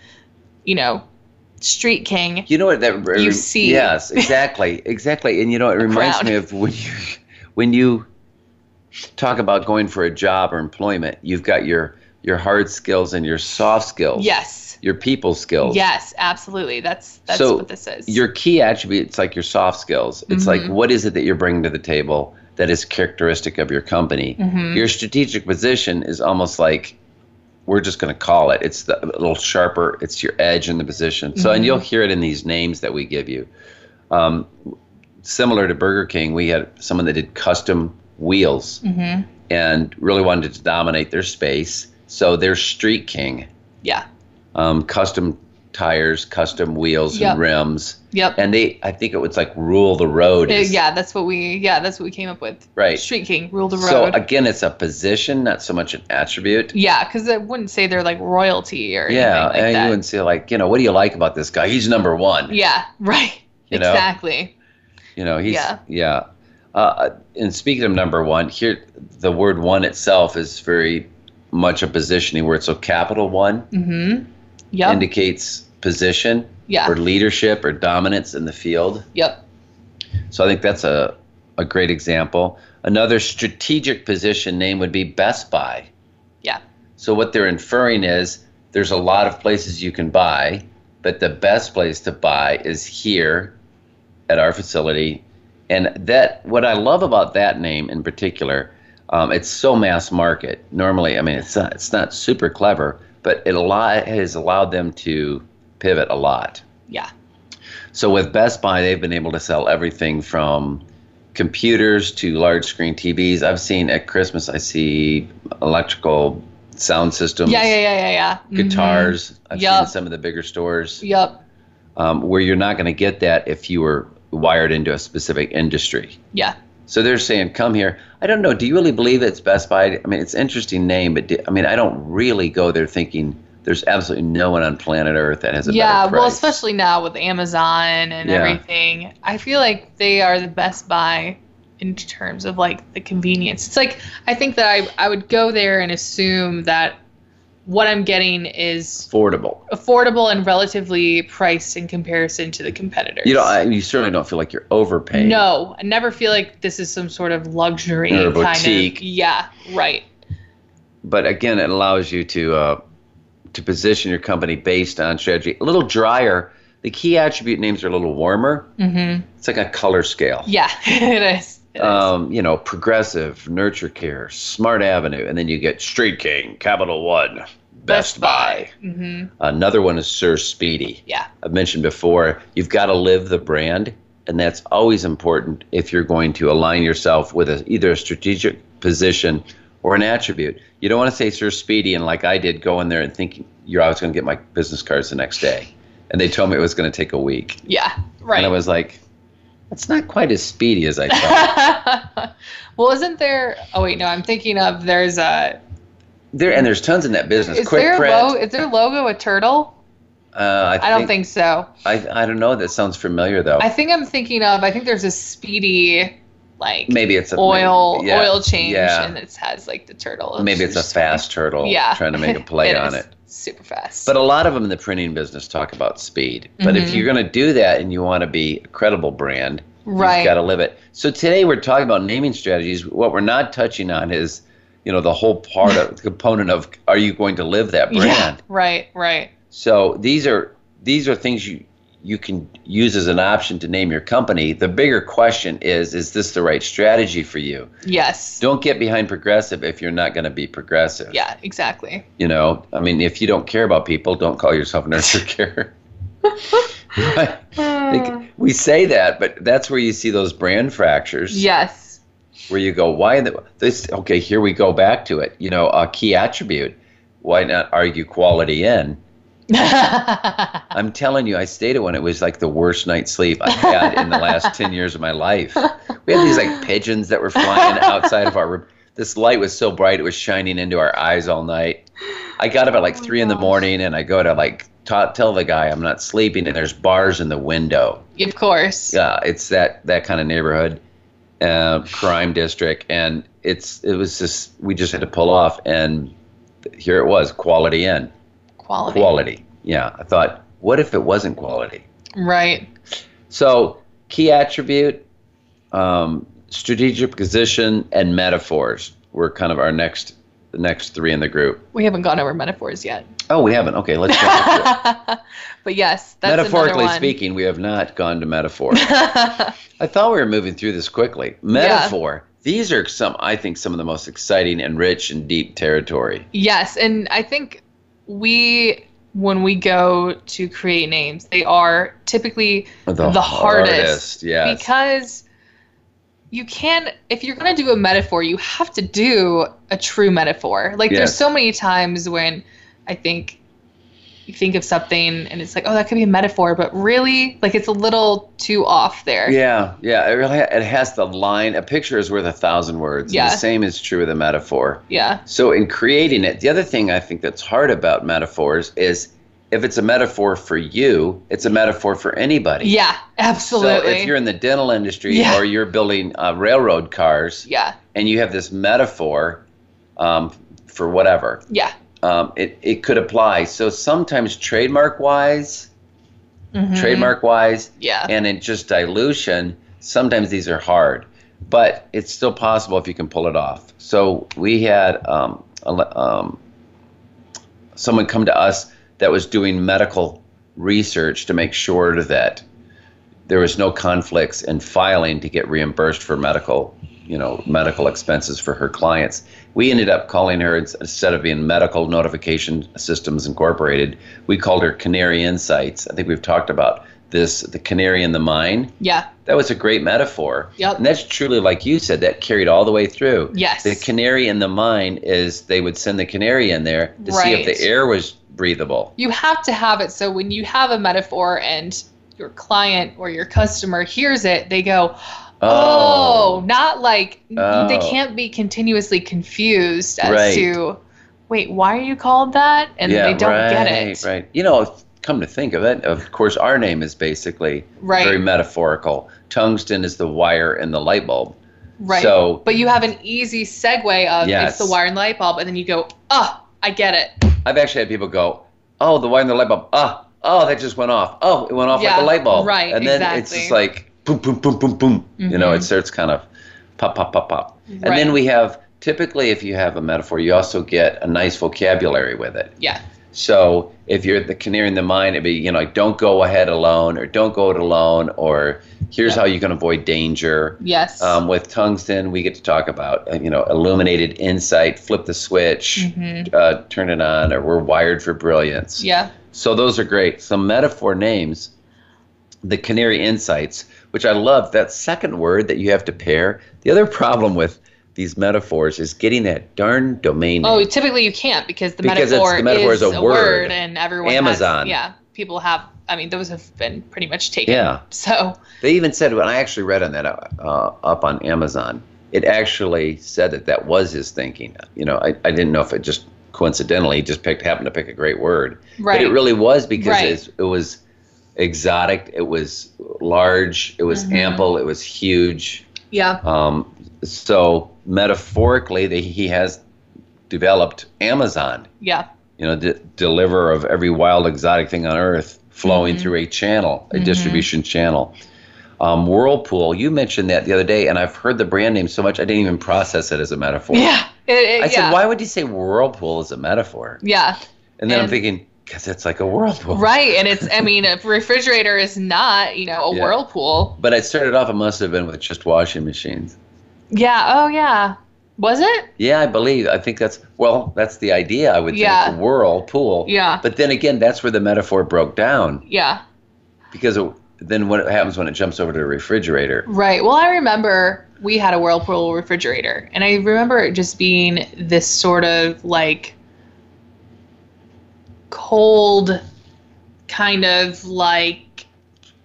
Speaker 3: you know, Street King.
Speaker 2: You know what that re-
Speaker 3: You see.
Speaker 2: Yes,
Speaker 3: *laughs*
Speaker 2: exactly, exactly. And you know it reminds
Speaker 3: crowd.
Speaker 2: me of when you when you talk about going for a job or employment, you've got your your hard skills and your soft skills.
Speaker 3: Yes.
Speaker 2: Your people skills.
Speaker 3: Yes, absolutely. That's that's
Speaker 2: So,
Speaker 3: what this is.
Speaker 2: Your key attributes like your soft skills. It's like what is it that you're bringing to the table that is characteristic of your company? Your strategic position is almost like we're just going to call it. It's the, a little sharper. It's your edge in the position. So, and you'll hear it in these names that we give you. Um, similar to Burger King, we had someone that did custom wheels
Speaker 3: hmm
Speaker 2: and really wanted to dominate their space. So they're Street King,
Speaker 3: Yeah.
Speaker 2: um, custom tires, custom wheels
Speaker 3: Yep.
Speaker 2: and rims,
Speaker 3: Yep.
Speaker 2: and they. I think it was like rule the road.
Speaker 3: Uh,
Speaker 2: is-
Speaker 3: yeah, that's what we. Yeah, that's what we came up with.
Speaker 2: Right.
Speaker 3: Street King rule the road.
Speaker 2: So again, it's a position, not so much an attribute.
Speaker 3: Yeah, because I wouldn't say they're like royalty or
Speaker 2: Yeah,
Speaker 3: anything like
Speaker 2: and
Speaker 3: that.
Speaker 2: you would say like, you know, what do you like about this guy? He's number one.
Speaker 3: yeah, *laughs* right.
Speaker 2: You know?
Speaker 3: exactly.
Speaker 2: You know, he's
Speaker 3: Yeah.
Speaker 2: yeah. Uh, and speaking of number one, here the word one itself is very much a positioning word. So capital one
Speaker 3: Mm-hmm. Yep.
Speaker 2: indicates position
Speaker 3: Yeah.
Speaker 2: or leadership or dominance in the field.
Speaker 3: yep.
Speaker 2: So I think that's a, a great example. Another strategic position name would be Best Buy.
Speaker 3: Yeah.
Speaker 2: So what they're inferring is there's a lot of places you can buy, but the best place to buy is here at our facility. And that what I love about that name in particular, um, it's so mass market. Normally, I mean, it's not, it's not super clever, but it, a lot, has allowed them to pivot a lot.
Speaker 3: Yeah.
Speaker 2: So with Best Buy, they've been able to sell everything from computers to large screen TVs. I've seen at Christmas, I see electrical sound systems,
Speaker 3: Yeah. Yeah. Yeah. Yeah. Yeah. Mhm.
Speaker 2: guitars. I've
Speaker 3: Yup.
Speaker 2: seen some of the bigger stores
Speaker 3: Yep.
Speaker 2: um, where you're not going to get that if you were wired into a specific industry.
Speaker 3: Yeah.
Speaker 2: So they're saying, "Come here." I don't know. Do you really believe it's Best Buy? I mean, it's an interesting name, but do, I mean, I don't really go there thinking there's absolutely no one on planet Earth that has a
Speaker 3: Yeah.
Speaker 2: better
Speaker 3: Well,
Speaker 2: price.
Speaker 3: especially now with Amazon and
Speaker 2: Yeah.
Speaker 3: everything, I feel like they are the best buy in terms of like the convenience. It's like I think that I I would go there and assume that what I'm getting is
Speaker 2: affordable.
Speaker 3: affordable and relatively priced in comparison to the competitors.
Speaker 2: You know, I, you certainly don't feel like you're overpaying.
Speaker 3: No, I never feel like this is some sort of luxury
Speaker 2: Or a
Speaker 3: kind
Speaker 2: boutique.
Speaker 3: of. Yeah, right.
Speaker 2: but again, it allows you to uh, to position your company based on strategy. A little drier. The key attribute names are a little warmer.
Speaker 3: hmm
Speaker 2: It's like a color scale.
Speaker 3: Yeah, *laughs* it is. It
Speaker 2: um, you know, progressive, nurture care, smart avenue, and then you get Street King, Capital One, Best, Buy.
Speaker 3: hmm
Speaker 2: Another one is Sir Speedy.
Speaker 3: Yeah.
Speaker 2: I've mentioned before, you've got to live the brand, and that's always important if you're going to align yourself with a, either a strategic position or an attribute. You don't want to say Sir Speedy and like I did, go in there and think you're always going to get my business cards the next day, and they told me it was going to take a week,
Speaker 3: Yeah. Right.
Speaker 2: and I was like, that's not quite as speedy as I thought.
Speaker 3: *laughs* well, isn't there? Oh wait, no. I'm thinking of there's a.
Speaker 2: There and there's tons in that business.
Speaker 3: Is
Speaker 2: Quick
Speaker 3: there
Speaker 2: print.
Speaker 3: lo- is their logo a turtle?
Speaker 2: uh,
Speaker 3: I don't think so.
Speaker 2: I, I don't know. That sounds familiar though.
Speaker 3: I think I'm thinking of. I think there's a speedy like
Speaker 2: maybe it's a
Speaker 3: oil
Speaker 2: yeah,
Speaker 3: oil change,
Speaker 2: Yeah.
Speaker 3: and it has like the turtle.
Speaker 2: maybe it's a
Speaker 3: just-
Speaker 2: fast turtle.
Speaker 3: Yeah.
Speaker 2: Trying to make
Speaker 3: *laughs*
Speaker 2: a play on
Speaker 3: is
Speaker 2: it.
Speaker 3: Super fast.
Speaker 2: But a lot of them in the printing business talk about speed. But if
Speaker 3: Mhm.
Speaker 2: you're going to do that and you want to be a credible brand,
Speaker 3: right.
Speaker 2: you've got to live it. So today we're talking about naming strategies. What we're not touching on is, you know, the whole part of the component of are you going to live that brand?
Speaker 3: Yeah. Right. Right.
Speaker 2: So these are these are things you you can use as an option to name your company. The bigger question is is this the right strategy for you?
Speaker 3: Yes.
Speaker 2: Don't get behind progressive if you're not going to be progressive.
Speaker 3: Yeah. Exactly.
Speaker 2: You know, I mean, if you don't care about people, don't call yourself nurture care. Right? Like, we say that, but that's where you see those brand fractures.
Speaker 3: Yes. *laughs*
Speaker 2: Where you go, why the, this? Okay, here we go back to it. You know, a key attribute. Why not argue quality in? I'm telling you, I stayed at one. It was like the worst night's sleep I had in the
Speaker 3: *laughs*
Speaker 2: last 10 years of my life. We had these like pigeons that were flying outside of our room. This light was so bright, it was shining into our eyes all night. I got up at like
Speaker 3: Oh
Speaker 2: three
Speaker 3: my
Speaker 2: in the
Speaker 3: gosh.
Speaker 2: morning and I go to like ta tell the guy I'm not sleeping and there's bars in the window.
Speaker 3: of course.
Speaker 2: Yeah, it's that, that kind of neighborhood, uh, crime district. And it's it was just, we just had to pull off. And here it was, Quality Inn.
Speaker 3: Quality.
Speaker 2: Quality. Yeah. I thought, what if it wasn't quality?
Speaker 3: Right.
Speaker 2: So, key attribute, um, strategic position, and metaphors were kind of our next the next three in the group.
Speaker 3: We haven't gone over metaphors yet.
Speaker 2: Oh, we haven't. Okay, let's jump
Speaker 3: *laughs*
Speaker 2: into it.
Speaker 3: but yes, that's
Speaker 2: Metaphorically
Speaker 3: another one.
Speaker 2: speaking, we have not gone to metaphor. I thought we were moving through this quickly. Metaphor. These are some, I think, some of the most exciting and rich and deep territory.
Speaker 3: *laughs* Yes, and I think we when we go to create names, they are typically
Speaker 2: The,
Speaker 3: The hardest,
Speaker 2: Yes.
Speaker 3: because you can if you're going to do a metaphor, you have to do a true metaphor. Like there's
Speaker 2: Yes.
Speaker 3: so many times when I think you think of something and it's like, "Oh, that could be a metaphor," but really like it's a little too off there.
Speaker 2: Yeah, yeah. It really it has the line. A picture is worth a thousand words. and
Speaker 3: Yeah.
Speaker 2: the same is true with a metaphor.
Speaker 3: Yeah.
Speaker 2: So in creating it, the other thing I think that's hard about metaphors is if it's a metaphor for you, it's a metaphor for anybody.
Speaker 3: Yeah, *laughs* absolutely.
Speaker 2: So if you're in the dental industry
Speaker 3: Yeah.
Speaker 2: or you're building uh, railroad cars
Speaker 3: yeah.
Speaker 2: and you have this metaphor um, for whatever,
Speaker 3: Yeah.
Speaker 2: um, it, it could apply. So sometimes trademark wise,
Speaker 3: Mhm.
Speaker 2: trademark wise,
Speaker 3: Yeah.
Speaker 2: and in just dilution, sometimes these are hard, but it's still possible if you can pull it off. So we had um, a le- um, someone come to us that was doing medical research to make sure that there was no conflicts in filing to get reimbursed for medical, you know, medical expenses for her clients. We ended up calling her ins- instead of being Medical Notification Systems Incorporated, we called her Canary Insights. I think we've talked about this, the canary in the mine.
Speaker 3: Yeah.
Speaker 2: That was a great metaphor.
Speaker 3: Yep.
Speaker 2: And that's truly, like you said, that carried all the way through.
Speaker 3: Yes.
Speaker 2: The canary in the mine is they would send the canary in there to see if
Speaker 3: Right.
Speaker 2: the air was breathable.
Speaker 3: you have to have it so when you have a metaphor and your client or your customer hears it, they go, "Oh, not like they
Speaker 2: Oh.
Speaker 3: can't be continuously confused as
Speaker 2: Right.
Speaker 3: to, wait, why are you called that?" And they don't
Speaker 2: right,
Speaker 3: get it.
Speaker 2: Right. You know, if- come to think of it, of course, our name is basically
Speaker 3: Right.
Speaker 2: very metaphorical. Tungsten is the wire and the light bulb.
Speaker 3: Right.
Speaker 2: So
Speaker 3: but you have an easy segue of
Speaker 2: Yes.
Speaker 3: it's the wire and light bulb, and then you go, "Oh, I get it."
Speaker 2: I've actually had people go, "Oh, the wire and the light bulb. Ah, oh, that just went off. Oh, it went off
Speaker 3: Yeah,
Speaker 2: like a light bulb."
Speaker 3: right,
Speaker 2: And then it's
Speaker 3: exactly.
Speaker 2: just like boom, boom, boom, boom, boom. You know,
Speaker 3: Mhm.
Speaker 2: it starts kind of pop, pop, pop, pop. And
Speaker 3: Right.
Speaker 2: then we have typically, if you have a metaphor, you also get a nice vocabulary with it.
Speaker 3: Yeah.
Speaker 2: So if you're the canary in the mine, it'd be you know like don't go ahead alone or don't go it alone or here's how you can avoid danger.
Speaker 3: Yes.
Speaker 2: Um, with tungsten, we get to talk about uh, you know illuminated insight, flip the switch, uh, turn it on, or we're wired for brilliance.
Speaker 3: yeah.
Speaker 2: So those are great. Some metaphor names, the canary insights, which I love. That second word that you have to pair. The other problem with these metaphors is getting that darn domain name.
Speaker 3: Oh, typically you can't because the,
Speaker 2: Because it's-
Speaker 3: metaphor,
Speaker 2: the metaphor is a word.
Speaker 3: and everyone
Speaker 2: Amazon.
Speaker 3: Has, yeah, people have. I mean, those have been pretty much taken.
Speaker 2: Yeah.
Speaker 3: So
Speaker 2: They even said when I actually read on that uh, uh, up on Amazon, it actually said that that was his thinking. You know, I, I didn't know if it just coincidentally he just picked happened to pick a great word, but it
Speaker 3: Right.
Speaker 2: really was because
Speaker 3: Right.
Speaker 2: it's, it was exotic, it was large, it
Speaker 3: Mm-hmm.
Speaker 2: was ample, it was huge.
Speaker 3: yeah,
Speaker 2: Um, so metaphorically, that he has developed Amazon
Speaker 3: yeah,
Speaker 2: you know, de- deliverer of every wild exotic thing on earth, flowing
Speaker 3: Mm-hmm.
Speaker 2: through a channel, a distribution channel. Um, Whirlpool, you mentioned that the other day, and I've heard the brand name so much I didn't even process it as a metaphor.
Speaker 3: yeah. It, it,
Speaker 2: I
Speaker 3: yeah.
Speaker 2: said, why would you say whirlpool as a metaphor?
Speaker 3: Yeah.
Speaker 2: And then I'm
Speaker 3: And-
Speaker 2: thinking, because it's like a whirlpool.
Speaker 3: Right, and it's. I mean, a refrigerator is not, you know, a
Speaker 2: Yeah.
Speaker 3: whirlpool.
Speaker 2: But I started off, it must have been with just washing machines.
Speaker 3: Yeah. Oh, yeah. Was it?
Speaker 2: Yeah, I believe. I think that's, well, that's the idea, I would
Speaker 3: Yeah.
Speaker 2: think. Whirlpool.
Speaker 3: Yeah.
Speaker 2: But then again, that's where the metaphor broke down.
Speaker 3: Yeah.
Speaker 2: because it, then what happens when it jumps over to a refrigerator?
Speaker 3: Right. Well, I remember we had a Whirlpool refrigerator, and I remember it just being this sort of like cold, kind of like.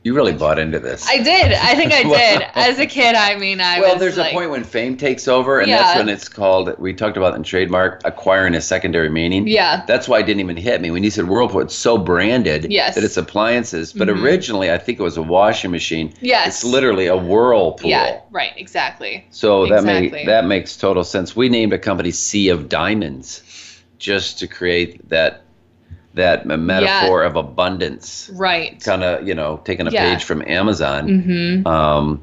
Speaker 2: You really bought into this.
Speaker 3: I did. I
Speaker 2: *laughs*
Speaker 3: think I did. As a kid, I mean, I
Speaker 2: well,
Speaker 3: was
Speaker 2: there's
Speaker 3: like,
Speaker 2: a point when fame takes over, and that's
Speaker 3: Yeah.
Speaker 2: when it's called. We talked about in trademark acquiring a secondary meaning.
Speaker 3: Yeah.
Speaker 2: that's why it didn't even hit me when you said whirlpool. It's so branded
Speaker 3: Yes. Mm-hmm.
Speaker 2: that it's appliances, but originally I think it was a washing machine.
Speaker 3: Yes.
Speaker 2: it's literally a whirlpool.
Speaker 3: Yeah. Right. Exactly.
Speaker 2: So that may,
Speaker 3: Exactly.
Speaker 2: that makes total sense. We named a company Sea of Diamonds just to create that that metaphor of abundance.
Speaker 3: Right.
Speaker 2: kind of you know taking a
Speaker 3: Yeah.
Speaker 2: page from Amazon.
Speaker 3: Mm-hmm.
Speaker 2: Um,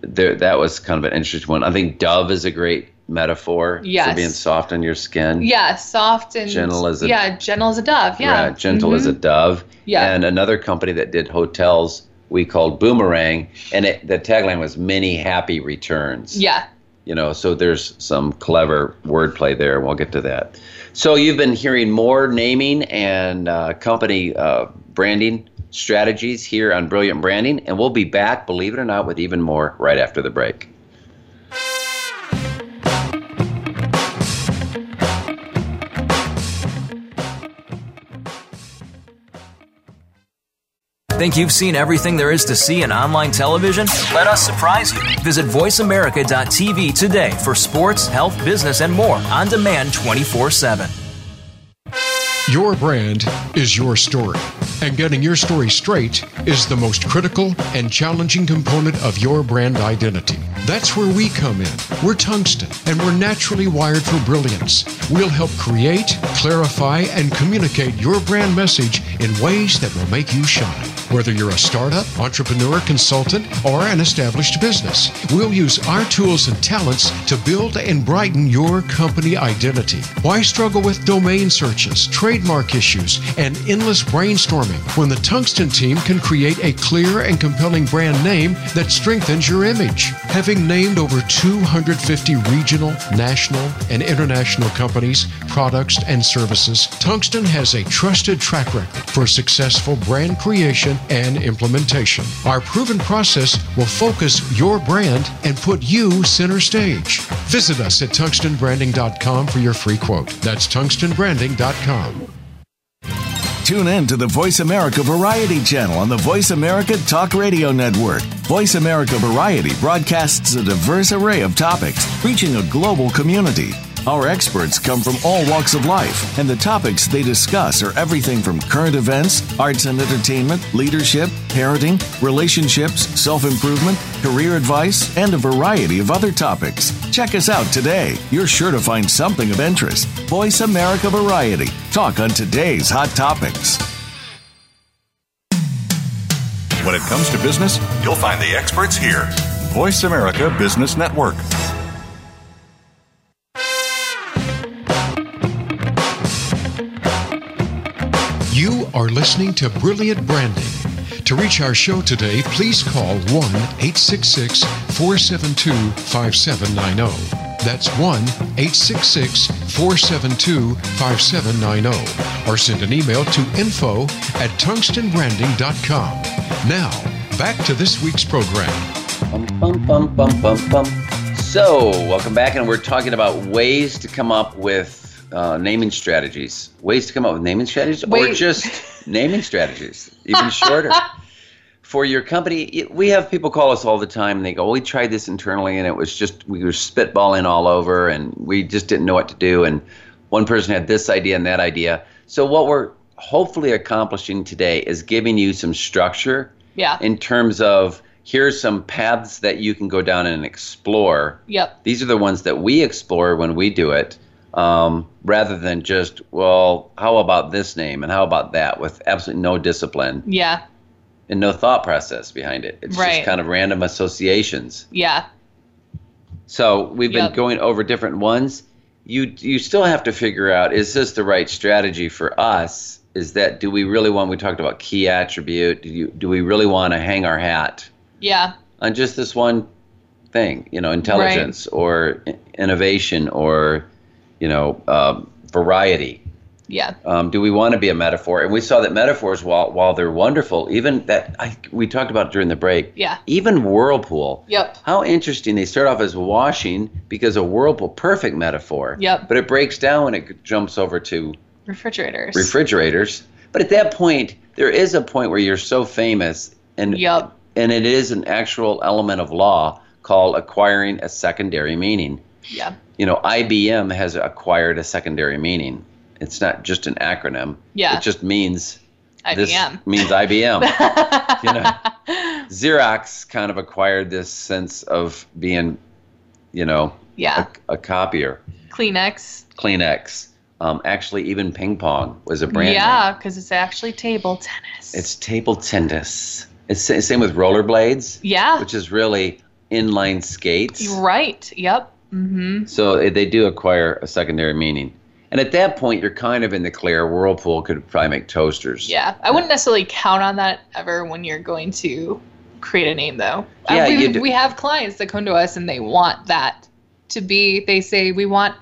Speaker 2: there that was kind of an interesting one. I think Dove is a great metaphor for
Speaker 3: Yes.
Speaker 2: being soft on your skin.
Speaker 3: Yeah. Soft and
Speaker 2: Gentle as a-
Speaker 3: yeah, gentle as a dove. Yeah. Mm-hmm.
Speaker 2: Right, gentle as a dove.
Speaker 3: Yeah.
Speaker 2: And another company that did hotels we called Boomerang, and it, the tagline was "Many happy returns."
Speaker 3: Mm-hmm. Yeah.
Speaker 2: you know so there's some clever wordplay there and we'll get to that so you've been hearing more naming and uh, company uh, branding strategies here on brilliant branding and we'll be back believe it or not with even more right after the break
Speaker 4: Think you've seen everything there is to see in online television? Let us surprise you. Visit VoiceAmerica.tv today for sports, health, business, and more on demand 24 7.
Speaker 1: Your brand is your story, and getting your story straight is the most critical and challenging component of your brand identity. That's where we come in. We're tungsten, and we're naturally wired for brilliance. We'll help create, clarify, and communicate your brand message in ways that will make you shine. Whether you're a startup, entrepreneur, consultant, or an established business, we'll use our tools and talents to build and brighten your company identity. Why struggle with domain searches, trademark issues, and endless brainstorming when the Tungsten team can create a clear and compelling brand name that strengthens your image? Having named over 250 regional, national, and international companies, products, and services, Tungsten has a trusted track record for successful brand creation and implementation. Our proven process will focus your brand and put you center stage. Visit us at tungstenbranding.com for your free quote. That's tungstenbranding.com.
Speaker 7: Tune in to the Voice America Variety channel on the Voice America Talk Radio Network. Voice America Variety broadcasts a diverse array of topics, reaching a global community. Our experts come from all walks of life, and the topics they discuss are everything from current events, arts and entertainment, leadership, parenting, relationships, self improvement, career advice, and a variety of other topics. Check us out today. You're sure to find something of interest. Voice America Variety. Talk on today's hot topics.
Speaker 8: When it comes to business, you'll find the experts here. Voice America Business Network.
Speaker 1: are listening to Brilliant Branding. To reach our show today, please call 1 866 472 5790. That's 1 866 472 5790. Or send an email to info at tungstenbranding.com. Now, back to this week's program.
Speaker 2: Bum, bum, bum, bum, bum, bum. So, welcome back, and we're talking about ways to come up with uh, naming strategies. Ways to come up with naming strategies, or
Speaker 3: Wait.
Speaker 2: just naming strategies, even shorter. For your company, we have people call us all the time, and they go, "We tried this internally, and it was just we were spitballing all over, and we just didn't know what to do." And one person had this idea and that idea. So, what we're hopefully accomplishing today is giving you some structure
Speaker 3: Yeah.
Speaker 2: in terms of here's some paths that you can go down and explore.
Speaker 3: Yep.
Speaker 2: These are the ones that we explore when we do it, um, rather than just well, how about this name and how about that, with absolutely no discipline
Speaker 3: Yeah.
Speaker 2: and no thought process behind it. It's just
Speaker 3: Right.
Speaker 2: kind of random associations.
Speaker 3: Yeah.
Speaker 2: So we've been
Speaker 3: Yep.
Speaker 2: going over different ones. You you still have to figure out is this the right strategy for us? Is that do we really want? We talked about key attribute. Do you do we really want to hang our hat?
Speaker 3: Yeah.
Speaker 2: on just this one thing, you know, intelligence or i- innovation or, you know, um, variety.
Speaker 3: Yeah.
Speaker 2: Um, do we want to be a metaphor? And we saw that metaphors, while while they're wonderful, even that I, we talked about during the break,
Speaker 3: Yeah.
Speaker 2: even whirlpool.
Speaker 3: Yep.
Speaker 2: How interesting! They start off as washing because a whirlpool, perfect metaphor.
Speaker 3: Yep.
Speaker 2: But it breaks down when it g- jumps over to
Speaker 3: Refrigerators.
Speaker 2: refrigerators. But at that point, there is a point where you're so famous, and
Speaker 3: Yup.
Speaker 2: and it is an actual element of law called acquiring a secondary meaning.
Speaker 3: yeah.
Speaker 2: You know, IBM has acquired a secondary meaning. It's not just an acronym.
Speaker 3: Yeah.
Speaker 2: It just means this *laughs*
Speaker 3: IBM.
Speaker 2: means
Speaker 3: *laughs*
Speaker 2: IBM. you know, Xerox kind of acquired this sense of being, you know,
Speaker 3: Yeah.
Speaker 2: a, a copier.
Speaker 3: Kleenex.
Speaker 2: Kleenex. Um, actually, even ping pong was a brand. name.
Speaker 3: yeah, because it's actually table tennis.
Speaker 2: It's table tennis. It's sa- same with rollerblades,
Speaker 3: yeah.
Speaker 2: which is really inline skates.
Speaker 3: You're right. Yep. Mm-hmm.
Speaker 2: So eh, they do acquire a secondary meaning. And at that point, you're kind of in the clear. Whirlpool could probably make toasters.
Speaker 3: Yeah. I wouldn't necessarily count on that ever when you're going to create a name, though. Uh,
Speaker 2: Yeah,
Speaker 3: we,
Speaker 2: you do-
Speaker 3: we have clients that come to us and they want that to be, they say, we want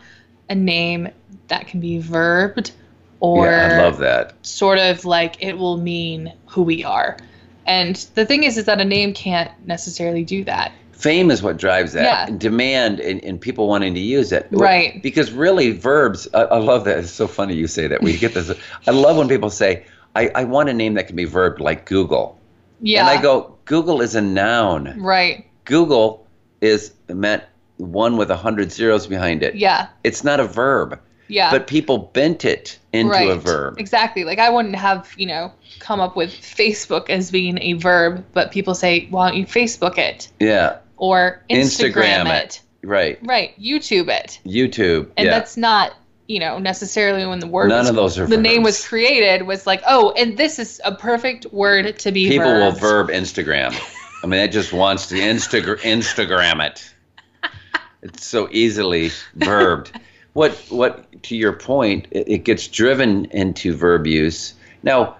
Speaker 3: a name that can be verbed or
Speaker 2: yeah I love that.
Speaker 3: sort of like it will mean who we are. And the thing is, is that a name can't necessarily do that.
Speaker 2: Fame is what drives that.
Speaker 3: Yeah.
Speaker 2: And Demand and, and people wanting to use it.
Speaker 3: Right.
Speaker 2: Because really, verbs, I, I love that. It's so funny you say that. We get this. I love when people say, I, I want a name that can be verbed like Google.
Speaker 3: Yeah. Mm-hmm.
Speaker 2: And I go, Google is a noun.
Speaker 3: right.
Speaker 2: Google is meant one with a hundred zeros behind it.
Speaker 3: Yeah.
Speaker 2: It's not a verb,
Speaker 3: Yeah.
Speaker 2: but people bent it into
Speaker 3: right.
Speaker 2: a verb.
Speaker 3: Exactly. Like I wouldn't have, you know, come up with Facebook as being a verb, but people say, why don't you Facebook it
Speaker 2: Yeah,
Speaker 3: or Instagram,
Speaker 2: Instagram it.
Speaker 3: it.
Speaker 2: right.
Speaker 3: Right. YouTube it.
Speaker 2: YouTube.
Speaker 3: And
Speaker 2: yeah.
Speaker 3: that's not, you know, necessarily when the word
Speaker 2: None
Speaker 3: was,
Speaker 2: of those are
Speaker 3: the name was
Speaker 2: verbs.
Speaker 3: created was like, oh, and this is a perfect word to be
Speaker 2: People will
Speaker 3: verbed.
Speaker 2: verb Instagram. I mean, it just wants to
Speaker 3: *laughs*
Speaker 2: Instagram Instagram it. It's so easily verbed. What what to your point? It, it gets driven into verb use. Now,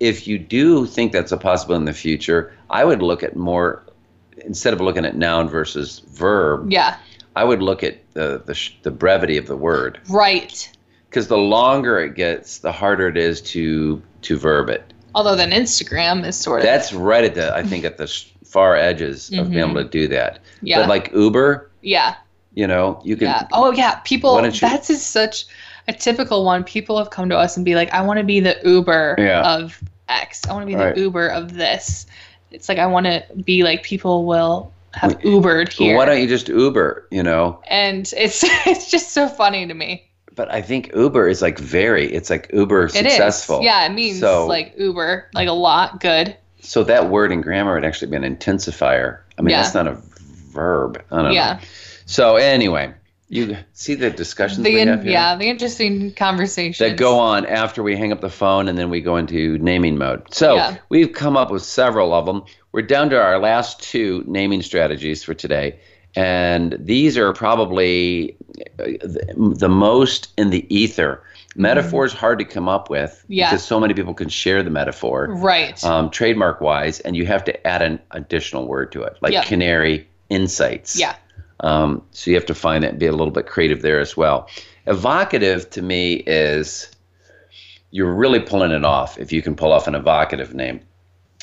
Speaker 2: if you do think that's a possible in the future, I would look at more instead of looking at noun versus verb.
Speaker 3: Yeah.
Speaker 2: I would look at the the, sh- the brevity of the word.
Speaker 3: Right.
Speaker 2: because the longer it gets, the harder it is to to verb it.
Speaker 3: Although then Instagram is sort of
Speaker 2: That's right at the I think at the s- far edges of being able to do that.
Speaker 3: Mm-hmm. Yeah.
Speaker 2: But like Uber,
Speaker 3: yeah
Speaker 2: you know, you can.
Speaker 3: yeah oh yeah people
Speaker 2: Why don't you-
Speaker 3: that's is such a typical one. People have come to us and be like, I want to be the Uber
Speaker 2: Yeah.
Speaker 3: of X. I want to be the
Speaker 2: Right.
Speaker 3: Uber of this. It's like I want to be like people will have Ubered here.
Speaker 2: Why don't you just Uber? You know,
Speaker 3: and it's *laughs* it's just so funny to me.
Speaker 2: but I think Uber is like very. It's like Uber
Speaker 3: It is.
Speaker 2: successful.
Speaker 3: Yeah, it means
Speaker 2: So-
Speaker 3: like Uber, like a lot. Good.
Speaker 2: So that word in grammar would actually be an intensifier. I mean,
Speaker 3: Yeah.
Speaker 2: that's not a verb. I don't
Speaker 3: Yeah.
Speaker 2: know. So anyway, you see the discussions
Speaker 3: The
Speaker 2: we
Speaker 3: in,
Speaker 2: have here
Speaker 3: yeah, the interesting conversations
Speaker 2: that go on after we hang up the phone and then we go into naming mode. So
Speaker 3: Yeah.
Speaker 2: we've come up with several of them. We're down to our last two naming strategies for today. And these are probably uh, the, the most in the ether. Metaphor is hard to come up with
Speaker 3: Mm-hmm. Yeah.
Speaker 2: because so many people can share the metaphor
Speaker 3: Right.
Speaker 2: um, trademark wise, and you have to add an additional word to it, like
Speaker 3: Yeah.
Speaker 2: canary insights.
Speaker 3: yeah.
Speaker 2: Um, so you have to find that and be a little bit creative there as well. Evocative to me is you're really pulling it off if you can pull off an evocative name.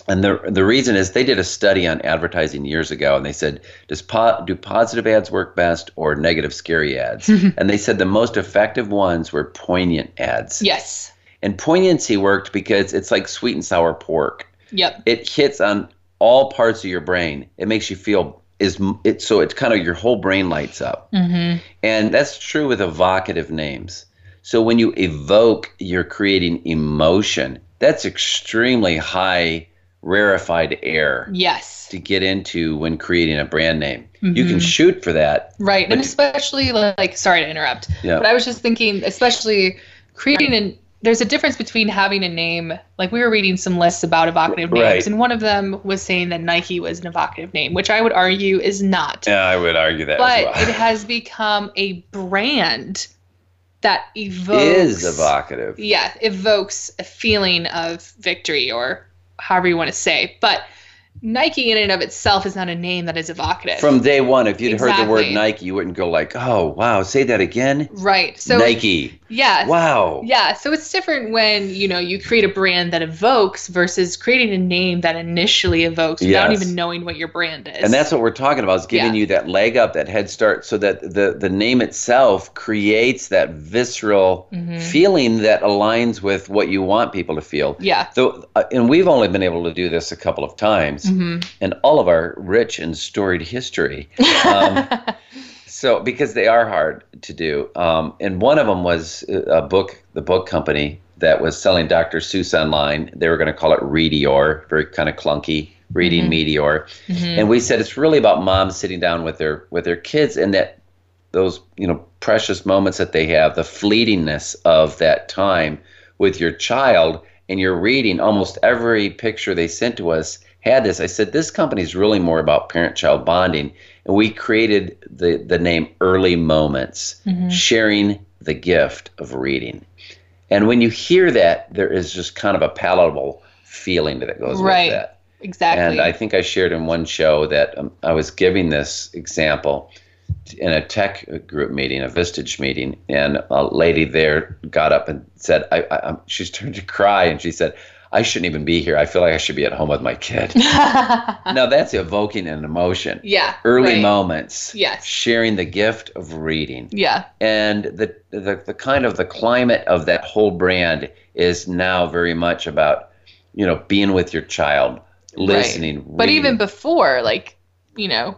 Speaker 2: And the the reason is they did a study on advertising years ago, and they said, does po- do positive ads work best or negative scary ads? and they said the most effective ones were poignant ads.
Speaker 3: Yes.
Speaker 2: And poignancy worked because it's like sweet and sour pork
Speaker 3: Yep.
Speaker 2: it hits on all parts of your brain. It makes you feel is it so it's kind of your whole brain lights up.
Speaker 3: Mm-hmm.
Speaker 2: And that's true with evocative names. So when you evoke, you're creating emotion. That's extremely high rarefied air
Speaker 3: Yes.
Speaker 2: to get into when creating a brand name. You can
Speaker 3: Mhm.
Speaker 2: shoot for that.
Speaker 3: Right. And
Speaker 2: But-
Speaker 3: especially like sorry to interrupt.
Speaker 2: Yeah.
Speaker 3: But I was just thinking, especially creating an there's a difference between having a name. Like we were reading some lists about evocative names,
Speaker 2: Right.
Speaker 3: and one of them was saying that Nike was an evocative name, which I would argue is not.
Speaker 2: Yeah, I would argue that
Speaker 3: but
Speaker 2: as well.
Speaker 3: it has become a brand that
Speaker 2: *laughs*
Speaker 3: evokes
Speaker 2: is evocative.
Speaker 3: yeah evokes a feeling of victory or however you want to say but nike in and of itself is not a name that is evocative
Speaker 2: From day one, if you'd heard the word
Speaker 3: Exactly.
Speaker 2: Nike, you wouldn't go like, "Oh, wow, say that again."
Speaker 3: right so
Speaker 2: Nike.
Speaker 3: yeah *laughs*
Speaker 2: Wow.
Speaker 3: yeah so it's different when you know you create a brand that evokes versus creating a name that initially evokes without
Speaker 2: Yes.
Speaker 3: even knowing what your brand is
Speaker 2: And that's what we're talking about is giving
Speaker 3: Yeah.
Speaker 2: you that leg up, that head start, so that the the name itself creates that visceral
Speaker 3: Mhm.
Speaker 2: feeling that aligns with what you want people to feel.
Speaker 3: yeah
Speaker 2: Though, uh, and we've only been able to do this a couple of times
Speaker 3: Mhm.
Speaker 2: in all of our rich and storied history.
Speaker 3: *laughs*
Speaker 2: Um, so, because they are hard to do, um, and one of them was uh, a book, the book company that was selling Dr. Seuss online. They were going to call it Readior, very kind of clunky, Reading
Speaker 3: Mm-hmm.
Speaker 2: Meteor
Speaker 3: Mhm.
Speaker 2: and we said it's really about moms sitting down with their with their kids and that those you know precious moments that they have the fleetingness of that time with your child and you're reading almost every picture they sent to us had this i said this company is really more about parent child bonding and we created the the name early moments sharing the gift of reading and when you hear that there is just kind of a palatable feeling that it goes
Speaker 3: Right.
Speaker 2: with that
Speaker 3: exactly
Speaker 2: and I think I shared in one show that um, I was giving this example in a tech group meeting, a Vistage meeting, and a lady there got up and said, I, I, I'm, she's turned to cry and she said, I shouldn't even be here. I feel like I should be at home with my kid.
Speaker 3: *laughs*
Speaker 2: now that's evoking an emotion.
Speaker 3: yeah
Speaker 2: Early
Speaker 3: right.
Speaker 2: moments.
Speaker 3: Yes.
Speaker 2: Sharing the gift of reading
Speaker 3: yeah
Speaker 2: and the, the the kind of the climate of that whole brand is now very much about you know being with your child listening
Speaker 3: But
Speaker 2: reading.
Speaker 3: even before, like, you know,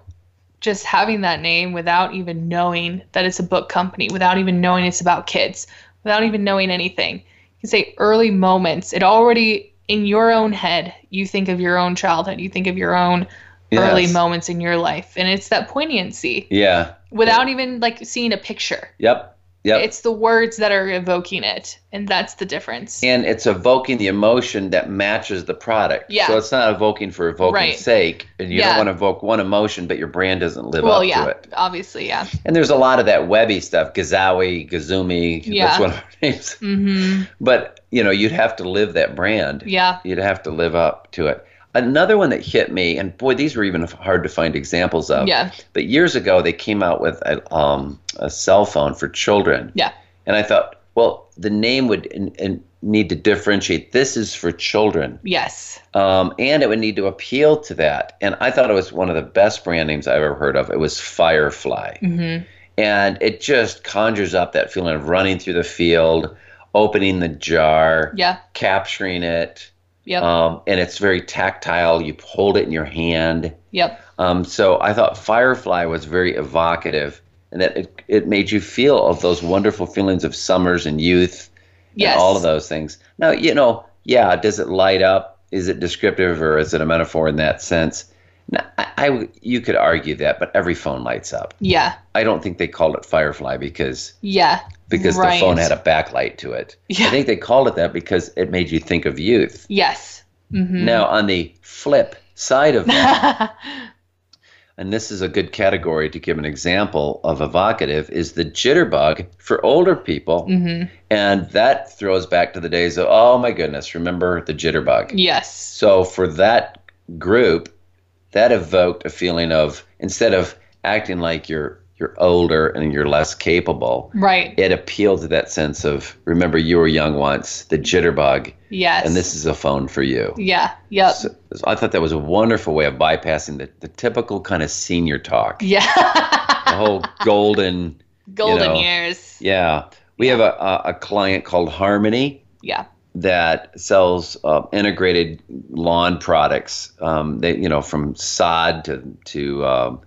Speaker 3: just having that name without even knowing that it's a book company, without even knowing it's about kids, without even knowing anything. You can say early moments. It already in your own head, you think of your own childhood, you think of your own
Speaker 2: Yes.
Speaker 3: early moments in your life. And it's that poignancy
Speaker 2: yeah
Speaker 3: without even like seeing a picture.
Speaker 2: yep yep
Speaker 3: It's the words that are evoking it. And that's the difference.
Speaker 2: and it's evoking the emotion that matches the product
Speaker 3: Yeah.
Speaker 2: so it's not evoking for evoking's
Speaker 3: Right.
Speaker 2: sake and you
Speaker 3: Yeah.
Speaker 2: don't want to evoke one emotion but your brand doesn't live
Speaker 3: well,
Speaker 2: up
Speaker 3: yeah,
Speaker 2: to it
Speaker 3: obviously, yeah.
Speaker 2: and there's a lot of that webby stuff gazawi gazumi
Speaker 3: Yeah.
Speaker 2: that's one of our *laughs* names
Speaker 3: hmm
Speaker 2: but you know you'd have to live that brand
Speaker 3: Yeah.
Speaker 2: you'd have to live up to it. Another one that hit me, and boy, these were even hard to find examples of.
Speaker 3: Yeah.
Speaker 2: But years ago, they came out with a, um, a cell phone for children.
Speaker 3: Yeah.
Speaker 2: And I thought, well, the name would in, in, need to differentiate. This is for children,
Speaker 3: Yes.
Speaker 2: um, and it would need to appeal to that. And I thought it was one of the best brand names I ever heard of. It was Firefly
Speaker 3: Mm-hmm.
Speaker 2: and it just conjures up that feeling of running through the field opening the jar
Speaker 3: Yeah.
Speaker 2: capturing it
Speaker 3: Yep.
Speaker 2: um, and it's very tactile you hold it in your hand
Speaker 3: yep.
Speaker 2: um, so i thought firefly was very evocative and that it, it made you feel of those wonderful feelings of summers and youth
Speaker 3: Yes.
Speaker 2: and all of those things now you know yeah does it light up is it descriptive or is it a metaphor in that sense now, I, I you could argue that but every phone lights up
Speaker 3: Yeah.
Speaker 2: I don't think they called it Firefly because
Speaker 3: Yeah.
Speaker 2: because
Speaker 3: Right.
Speaker 2: the phone had a backlight to it.
Speaker 3: Yeah.
Speaker 2: I think they called it that because it made you think of youth.
Speaker 3: Yes. Mm-hmm. *laughs*
Speaker 2: Now on the flip side of that,
Speaker 3: yeah.
Speaker 2: and this is a good category to give an example of evocative, is the jitterbug for older people.
Speaker 3: Mm-hmm.
Speaker 2: And that throws back to the days of, oh my goodness, remember the jitterbug.
Speaker 3: Yes.
Speaker 2: So for that group, that evoked a feeling of instead of acting like you're you're older and you're less capable,
Speaker 3: Right.
Speaker 2: it appealed to that sense of remember you were young once, the jitterbug,
Speaker 3: Yes.
Speaker 2: and this is a phone for you.
Speaker 3: Yeah. Yep.
Speaker 2: So I thought that was a wonderful way of bypassing the, the typical kind of senior talk.
Speaker 3: yeah. *laughs*
Speaker 2: The whole golden,
Speaker 3: Golden
Speaker 2: know.
Speaker 3: years.
Speaker 2: yeah. We have a, a, a client called Harmony
Speaker 3: Yeah.
Speaker 2: that sells uh, integrated lawn products. Um, they, you know, from sod to to um,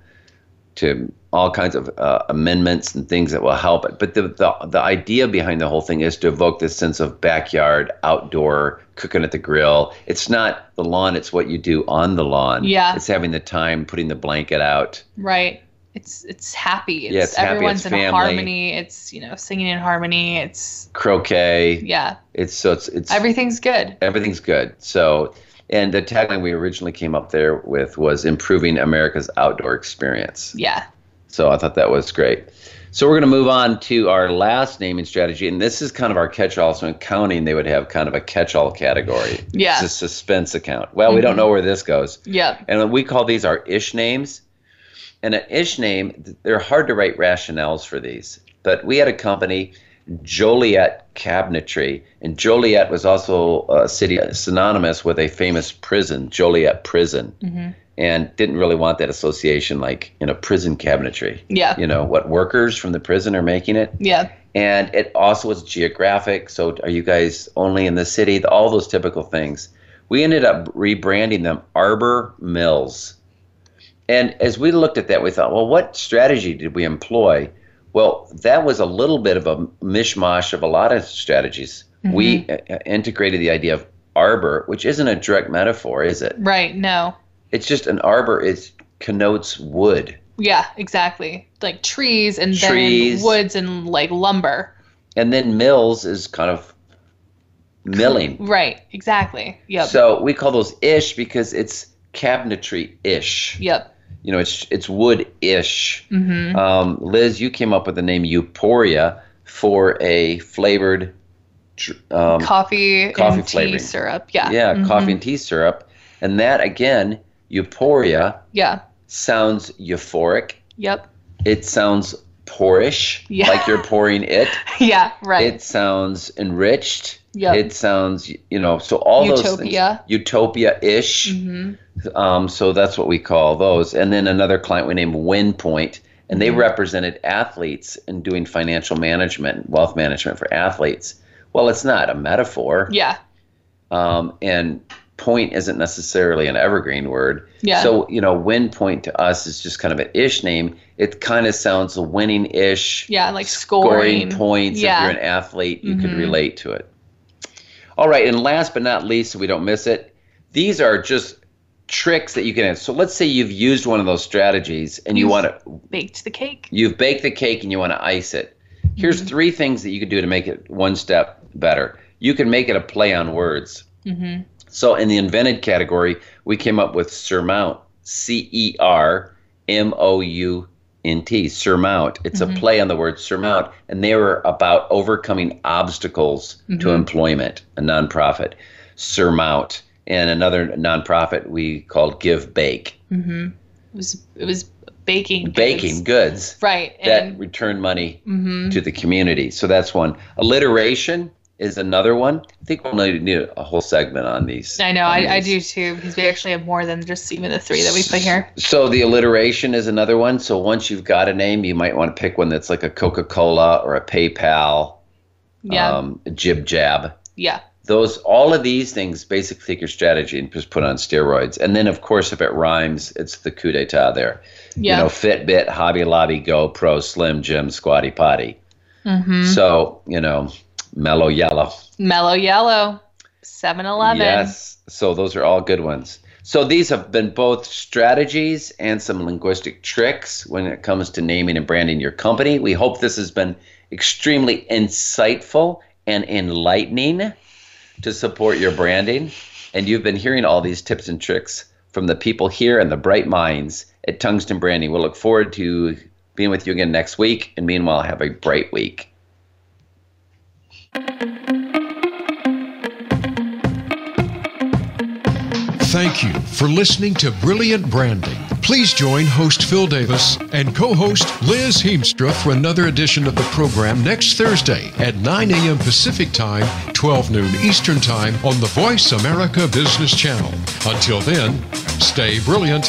Speaker 2: to all kinds of uh, amendments and things that will help it. But the, the the idea behind the whole thing is to evoke this sense of backyard, outdoor, cooking at the grill. It's not the lawn; it's what you do on the lawn.
Speaker 3: Yeah.
Speaker 2: it's having the time, putting the blanket out.
Speaker 3: Right. It's it's happy. It's,
Speaker 2: Yeah, it's happy,
Speaker 3: everyone's
Speaker 2: it's
Speaker 3: in
Speaker 2: family.
Speaker 3: harmony. It's you know singing in harmony. It's
Speaker 2: Croquet.
Speaker 3: yeah.
Speaker 2: It's so it's it's
Speaker 3: Everything's good.
Speaker 2: everything's good. So, and the tagline we originally came up there with was improving America's outdoor experience.
Speaker 3: Yeah.
Speaker 2: So I thought that was great. So we're going to move on to our last naming strategy, and this is kind of our catch-all. So in counting, they would have kind of a catch-all category.
Speaker 3: Yeah.
Speaker 2: It's a suspense account. Well, we don't know where this goes,
Speaker 3: Yep.
Speaker 2: and we call these our ish names. And an ish name, th- they're hard to write rationales for these. But we had a company, Joliet Cabinetry, and Joliet was also a city synonymous with a famous prison, Joliet Prison, and didn't really want that association, like you know, prison cabinetry.
Speaker 3: Yeah.
Speaker 2: You know what workers from the prison are making it,
Speaker 3: Yeah.
Speaker 2: and it also was geographic. So are you guys only in the city? All those typical things. We ended up rebranding them Arbor Mills. And as we looked at that, we thought, well, what strategy did we employ? Well, that was a little bit of a mishmash of a lot of strategies. We uh, uh, integrated the idea of arbor, which isn't a direct metaphor, is it?
Speaker 3: Right. No.
Speaker 2: It's just an arbor. It connotes wood.
Speaker 3: Yeah. Exactly. Like trees and
Speaker 2: Trees.
Speaker 3: then woods and like lumber.
Speaker 2: And then mills is kind of milling.
Speaker 3: Right. Exactly. Yep.
Speaker 2: So we call those ish because it's cabinetry ish.
Speaker 3: yep.
Speaker 2: You know, it's it's wood ish.
Speaker 3: Mm-hmm.
Speaker 2: Um, Liz, you came up with the name Euphoria for a flavored dr- um,
Speaker 3: Coffee, Mm-hmm.
Speaker 2: coffee
Speaker 3: and tea
Speaker 2: flavoring.
Speaker 3: syrup. Yeah.
Speaker 2: yeah coffee and tea syrup, and that again Euphoria
Speaker 3: Yeah.
Speaker 2: sounds euphoric.
Speaker 3: Yep. *laughs*
Speaker 2: It sounds pourish,
Speaker 3: Yeah.
Speaker 2: like you're pouring it.
Speaker 3: Yeah. *laughs* Right.
Speaker 2: It sounds enriched.
Speaker 3: Yep.
Speaker 2: It sounds, you know, so all those things.
Speaker 3: Utopia. Mm-hmm.
Speaker 2: Utopia ish. Um, so that's what we call those. And then another client we named WinPoint, and they represented athletes in doing financial management, wealth management for athletes. Well, it's not a metaphor.
Speaker 3: yeah.
Speaker 2: Um, and point isn't necessarily an evergreen word.
Speaker 3: Yeah.
Speaker 2: So, you know, win point to us is just kind of an ish name. It kind of sounds winning ish
Speaker 3: Yeah. Like
Speaker 2: scoring
Speaker 3: scoring.
Speaker 2: points.
Speaker 3: Yeah. Mm-hmm.
Speaker 2: If you're an athlete, you could relate to it. All right, and last but not least, so we don't miss it, these are just tricks that you can have. So let's say you've used one of those strategies and you want to
Speaker 3: Baked the cake.
Speaker 2: you've baked the cake and you want to ice it. Here's three things that you can do to make it one step better. You can make it a play on words. So in the invented category, we came up with surmount, C E R M O U N T, surmount. It's a play on the word surmount, and they were about overcoming obstacles to employment, a nonprofit, surmount. And another nonprofit we called Give Bake,
Speaker 3: It was it was baking.
Speaker 2: baking
Speaker 3: goods.
Speaker 2: goods
Speaker 3: Right.
Speaker 2: that
Speaker 3: And mm-hmm.
Speaker 2: return money to the community. So that's one. Alliteration is another one. I think we'll need need a whole segment on these.
Speaker 3: I know,
Speaker 2: on
Speaker 3: I, I
Speaker 2: these.
Speaker 3: do too, because we actually have more than just even the three that we put here.
Speaker 2: So the alliteration is another one. So once you've got a name, you might want to pick one that's like a Coca Cola or a PayPal,
Speaker 3: Yeah.
Speaker 2: um, a Jib Jab.
Speaker 3: yeah.
Speaker 2: Those, all of these things, basically take your strategy and just put on steroids. And then, of course, if it rhymes, it's the coup d'état there.
Speaker 3: Yeah.
Speaker 2: You know, Fitbit, Hobby Lobby, GoPro, Slim Jim, Squatty Potty. So, you know, mellow yellow.
Speaker 3: Mellow yellow. 7-Eleven.
Speaker 2: Yes. So those are all good ones. So these have been both strategies and some linguistic tricks when it comes to naming and branding your company. We hope this has been extremely insightful and enlightening to support your branding. And you've been hearing all these tips and tricks from the people here and the bright minds at Tungsten Brandy. We'll look forward to being with you again next week. And meanwhile, have a bright week.
Speaker 1: Thank you for listening to Brilliant Branding. Please join host Phil Davis and co host Liz Heemstra for another edition of the program next Thursday at 9 a.m. Pacific Time, 12 noon Eastern Time on the Voice America Business Channel. Until then, stay brilliant.